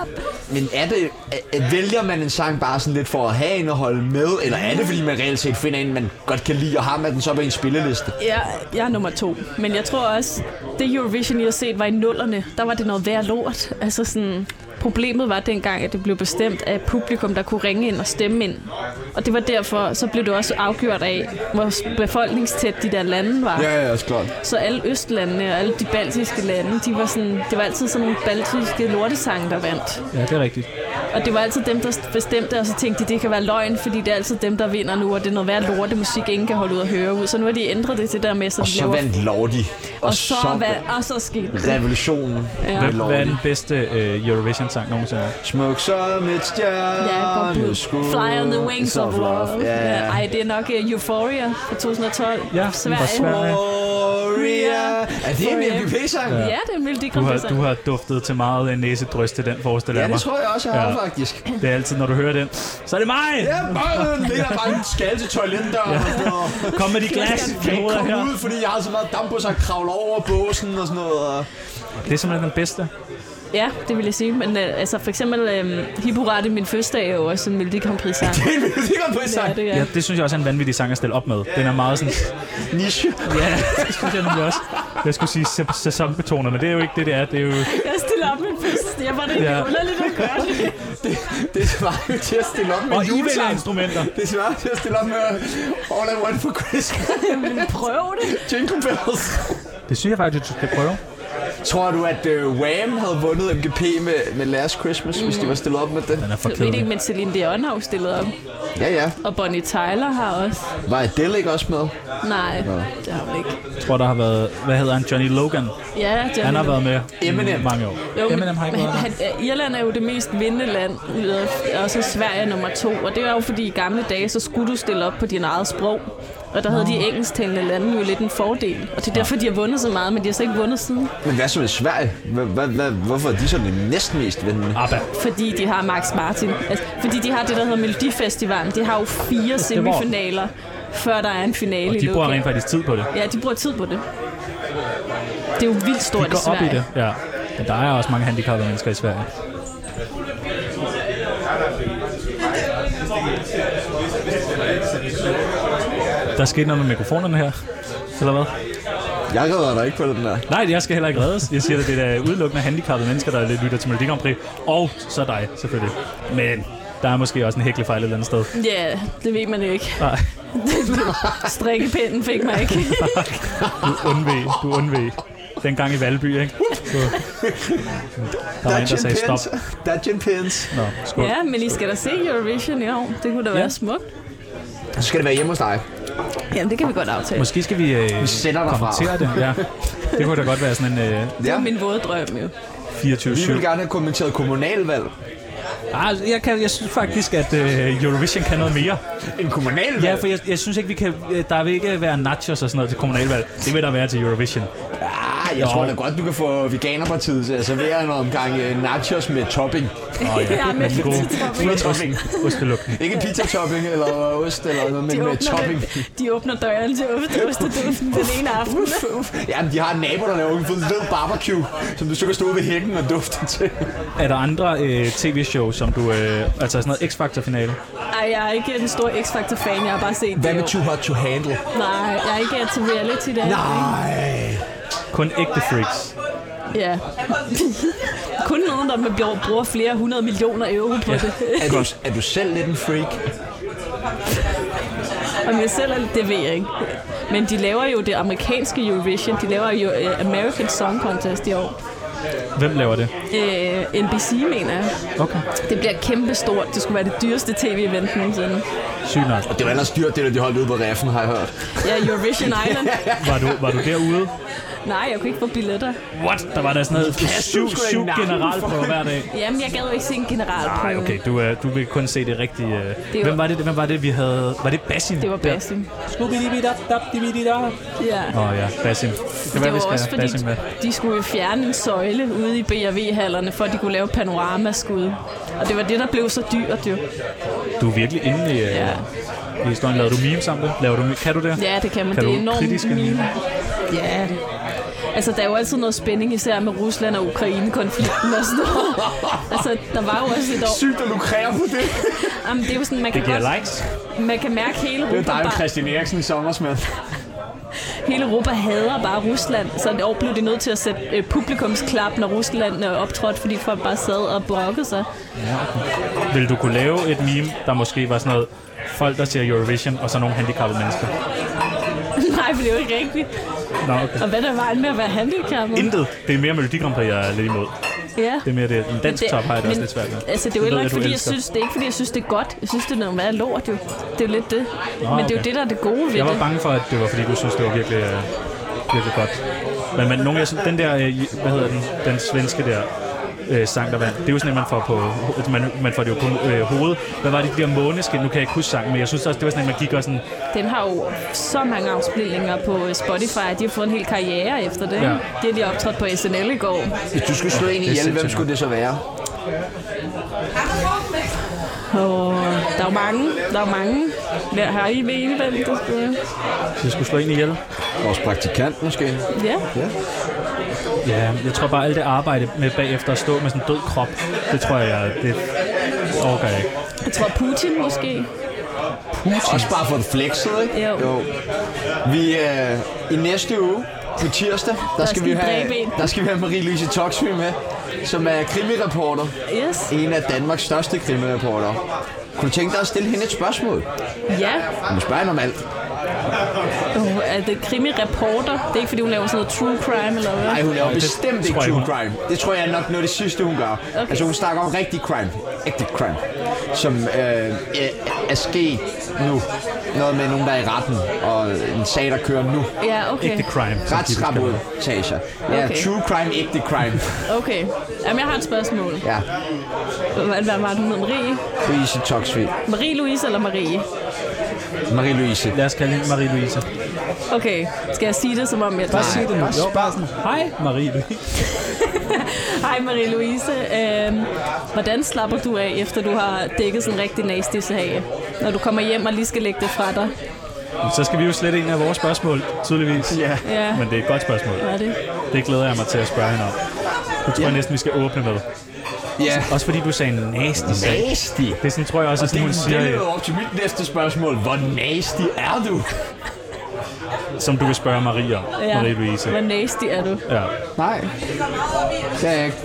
Men, men er det, er, er, vælger man en sang bare sådan lidt for at have en at holde med, eller er det, fordi man reelt set finder en, man godt kan lide, og har man den så på en spilleliste? Ja, jeg er nummer to. Men jeg tror også, det Eurovision, jeg har set, var i nullerne. Der var det noget værd lort. Altså sådan, problemet var dengang, at det blev bestemt af publikum, der kunne ringe ind og stemme ind. Og det var derfor, så blev det også afgjort af, hvor befolkningstæt de der lande var. ja, også klart. Så alle østlandene og alle de baltiske lande, de var sådan, det var altid sådan nogle baltiske lortesange, der vandt. Ja, det er rigtigt. Og det var altid dem, der bestemte, og så tænkte de, det kan være løgn, fordi det er altid dem, der vinder nu, og det er noget værd lortemusik, ingen kan holde ud og høre ud. Så nu har de ændret det til der med, så Og de så laver vandt Lordi. og så, hvad, og så skete det. revolutionen Ja. med Hvem, hvad er Lordi. den bedste øh, Eurovision-sang nogensinde? Smuk som et Ja, stjerneskud. Fly on the wings of love. Ja, Ja, ja. Ej, det er nok øh, Euphoria fra 2012. Ja, fra Sverige. Gloria. Er det en MVP-sang? Ja, det er en melodi Du har, du har duftet til meget øh, næsedryst til den forestiller Ja, jeg mig. det tror jeg også, jeg har Ja. faktisk. Det er altid, når du hører den. Så er det mig! Ja, bare den ligger bare i en skal til toiletdøren. og Kom med de glas, Jeg kan jeg ikke roder her. komme ud, fordi jeg har så meget damp på, så jeg kravler over båsen og sådan noget. Det er simpelthen den bedste. Ja, det vil jeg sige. Men øh, altså, for eksempel øh, Hipporate Min Fødselsdag er jo også en melodi Grand Prix sang. Det er en MVP-sang. Ja, det er. Ja, det synes jeg også er en vanvittig sang at stille op med. Den er meget sådan... Niche. Ja, det synes jeg nemlig også. Jeg skulle sige sæ- sæsonbetonet, men det er jo ikke det, det er. Det er jo... Jeg stiller op min fødselsdag. Jeg var det Ja. ja. underligt at gøre det. Det svarer jo til at stille op med Og en ivælger julesang. instrumenter. Det svarer til at stille op med All I Want for Christmas. Men prøv det. Jingle Bells. Det synes jeg faktisk, du skal prøve. Tror du, at uh, Wham havde vundet MGP med, med Last Christmas, mm. hvis de var stillet op med den? Den er for Jeg ved ikke, kedelig. men Celine Dion har jo stillet op. Ja, ja. Og Bonnie Tyler har også. Var Adele ikke også med? Nej, det har hun ikke. Jeg tror, der har været... Hvad hedder han? Johnny Logan. Ja, Johnny Han har været med Eminem. i mange år. Jo, men, Eminem har ikke men været der. han, ja, Irland er jo det mest vindende land, ud af- og så Sverige er nummer to. Og det er jo fordi, i gamle dage, så skulle du stille op på din eget sprog. Og der havde de engelsktalende lande jo lidt en fordel. Og det er derfor, de har vundet så meget, men de har så ikke vundet siden. Men hvad så med Sverige? Hva, hva, hva, hvorfor er de sådan det næstmest vindende? ABBA. Fordi de har Max Martin. Altså, fordi de har det, der hedder Melodifestivalen. De har jo fire var- semifinaler, før der er en finale Og i de bruger Luka. rent faktisk tid på det. Ja, de bruger tid på det. Det er jo vildt De stort går op i Sverige. det. Ja. Men der er også mange handicappede mennesker i Sverige. Der skete noget med mikrofonerne her. Eller hvad? Jeg redder dig ikke på den der. Nej, jeg skal heller ikke reddes. Jeg siger, at det er da udelukkende handicappede mennesker, der lytter til Melodi Grand Prix. Og så dig, selvfølgelig. Men der er måske også en hæklefejl et eller andet sted. Ja, det ved man jo ikke. Nej, Strikkepinden fik mig ikke. du undvig. Du undvig. Den gang i Valby, ikke? Så. Der var en, der sagde stop. Der er gin pins. Nå, skål. Ja, men I skal da se Eurovision i år. Det kunne da være smukt. Så skal det være hjemme hos dig. Jamen, det kan vi godt aftale. Måske skal vi, øh, vi sender dig fra. kommentere det. Ja. Det kunne da godt være sådan en øh, Det Ja. er min våde drøm, jo. Vi vil 24-7. gerne have kommenteret kommunalvalg. Ah, jeg, kan, jeg synes faktisk, at øh, Eurovision kan noget mere. En kommunalvalg? Ja, for jeg, jeg synes ikke, vi kan, øh, der vil ikke være nachos og sådan noget til kommunalvalg. Det vil der være til Eurovision. Ah, jeg Nå. tror da godt, du kan få Veganerpartiet til at servere en omgang øh, nachos med topping. Åh, ja. Ja, med Den gode. topping. Med topping. Ostelugten. Ikke pizza-topping eller ost eller noget, men De med åbner, topping. den- de åbner døren til Osteduften den ene aften. Ja, de har en nabo, der laver en fed barbecue, som du så kan stå ved hækken og dufte til. Er der andre øh, tv-show, som du... Øh, altså sådan noget X-Factor-finale? Ej, jeg er ikke en stor X-Factor-fan, jeg har bare set Hvad det. med Too Hot to Handle? Nej, jeg er ikke til reality der. Nej. Kun ægte freaks. Ja. Kun nogen, der med bjor- bruger flere hundrede millioner euro på ja. det. Er du, er du selv lidt en freak? Om jeg selv er, det ved jeg ikke. Men de laver jo det amerikanske Eurovision. De laver jo øh, American Song Contest i år. Hvem laver det? Øh, NBC, mener jeg. Okay. Det bliver kæmpestort. Det skulle være det dyreste tv-event nogensinde. Sygt nok. Det var ellers dyrt, det der de holdt ude på reffen, har jeg hørt. Ja, Eurovision Island. Var du, var du derude? Nej, jeg kunne ikke få billetter. What? Der var der sådan noget syv, sgu da i syv nakken generalprøver hver dag. Jamen, jeg gad jo ikke se en general Nej, okay, du, øh, du vil kun se det rigtige... Øh. var- Hvem, var det, hvem var det, vi havde... Var det Basim? Det var Basim. Ja. Åh oh, ja, Basim. Det var, Det vi var skal også have fordi, Basim med. de skulle jo fjerne en søjle ude i B&V-hallerne, for at de kunne lave panoramaskud. Og det var det, der blev så dyrt jo. Du er virkelig inde i, øh, Ja. i historien. Lavede du memes om det? Laver du, kan du det? Ja, det kan man. Kan det er du enormt kritisk analyse? Ja. Altså, der er jo altid noget spænding, især med Rusland og Ukraine-konflikten og sådan noget. altså, der var jo også et år... Sygt at lukrere på det. Jamen, det er jo sådan, man Det kan, giver godt, likes. man kan mærke hele Det er Europa, dig og bare, Christian Eriksen i sommers, mand. hele Europa hader bare Rusland. Så et år blev de nødt til at sætte øh, publikumsklap, når Rusland øh, optrådte, fordi folk bare sad og brokkede sig. Vil du kunne lave et meme, der måske var sådan noget... Folk, der ser Eurovision, og så nogle handicappede mennesker. Nej, for det er jo ikke rigtigt. Nå, okay. Og hvad der var med at være handicappet? Intet. Det er mere Melodi Grand Prix, jeg er lidt imod. ja. Det er mere det. Den dansk top har jeg det også lidt svært med. Altså, det er jo ved heller jeg, ikke, du fordi jeg elsker. synes, det er ikke, fordi jeg synes, det er godt. Jeg synes, det er noget værd lort, jo. Det er jo lidt det. Nå, Men det er jo okay. det, der er det gode ved Jeg var det. bange for, at det var, fordi du synes, det var virkelig, øh, virkelig godt. Men, men nogle, jeg synes, den der, øh, hvad hedder den, den svenske der, øh, sang, der vandt. Det er jo sådan, at man får, på, ho- man, man får det jo på øh, hovedet. Hvad var det, de der måneskin? Nu kan jeg ikke huske sangen, men jeg synes også, det var sådan, at man gik og sådan... Den har jo så mange afspilninger på øh, Spotify. De har fået en hel karriere efter det. Ja. Ja. Det har de optrådt på SNL i går. Hvis du skulle slå en Det er ihjel, hvem sindssygt skulle det så være? Og der er jo mange. Der er jo mange. Hvad har I ved I, hvem det skulle være? Så jeg skulle slå en ihjel. Vores praktikant, måske. Ja. Ja, jeg tror bare, alt det arbejde med bagefter at stå med sådan en død krop, det tror jeg, det overgår jeg ikke. Jeg tror Putin måske. Også bare for det flexet, ikke? Jo. Vi, øh, I næste uge, på tirsdag, der, der, skal, skal vi I have, dræbe en. der skal vi have Marie-Louise Toksvig med, som er krimireporter. Yes. En af Danmarks største krimireporter. Kunne du tænke dig at stille hende et spørgsmål? Ja. Du må spørge hende om alt. Oh, er det krimi-reporter? Det er ikke, fordi hun laver sådan noget true crime eller hvad? Nej, hun laver det bestemt ikke tror jeg true ikke, crime. Det tror jeg er nok noget af det sidste, hun gør. Okay. Altså, hun snakker om rigtig crime. Ægte crime. Som øh, er, er sket nu. Noget med nogen, der er i retten, og en sag, der kører nu. Ja, okay. Ægte crime. som de beskriver. Retsrapportager. Ja, Okay. true crime, ægte crime. Okay. Jamen, jeg har et spørgsmål. Ja, Hvad, hvad var den hed? Marie? Louise Toksvig. Marie-Louise eller Marie? Marie-Louise. Lad os kalde hende Marie-Louise. Okay, skal jeg sige det, som om jeg... Bare sig det nu. Bare, bare sådan. Hej, Marie-Louise. Hej Marie-Louise. Øhm, hvordan slapper du af, efter du har dækket sådan en rigtig nasty sag? Når du kommer hjem og lige skal lægge det fra dig. Så skal vi jo slette en af vores spørgsmål, tydeligvis. Ja. Ja. Men det er et godt spørgsmål. Hvad er det? Det glæder jeg mig til at spørge hende om. Det tror jeg næsten, vi skal åbne med. Ja. Også fordi du sagde nasty sag. Nasty. Det er sådan, tror jeg også, at sådan, hun Det leder siger, op til mit næste spørgsmål. Hvor nasty er du? øh, som du vil spørge Marie om. Ja. Marie-Louise. Hvor nasty er du? Ja. Nej. Det, er jeg ikke.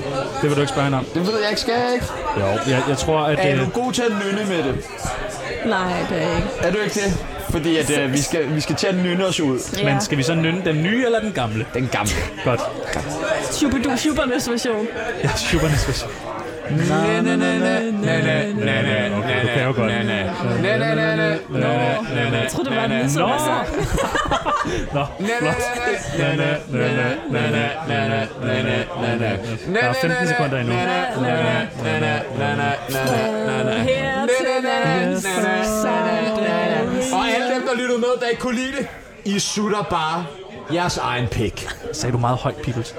Det vil du ikke spørge hende om? det ved jeg ikke. Skal jeg ikke? Jo. Jeg, jeg tror, at... Er Øh, du god til at nynne med det? Nej, det er jeg ikke. Er du ikke det? Fordi at, øh, vi, skal, vi skal til at nynne os ud. Ja. men skal vi så nynne den nye eller den gamle? Den gamle. Godt. Shubidu Shubernes version. Ja, Schubernes version. Okay, du kan jo godt. Jeg tror, det var ligesom- Altså, den som Nå. var så. Nå, flot. Der er 15 sekunder endnu. Her til lands. Og alle dem, der lyttede med, der ikke kunne lide det, I sutter bare Jeres egen pik. Sagde du meget højt, Pickles?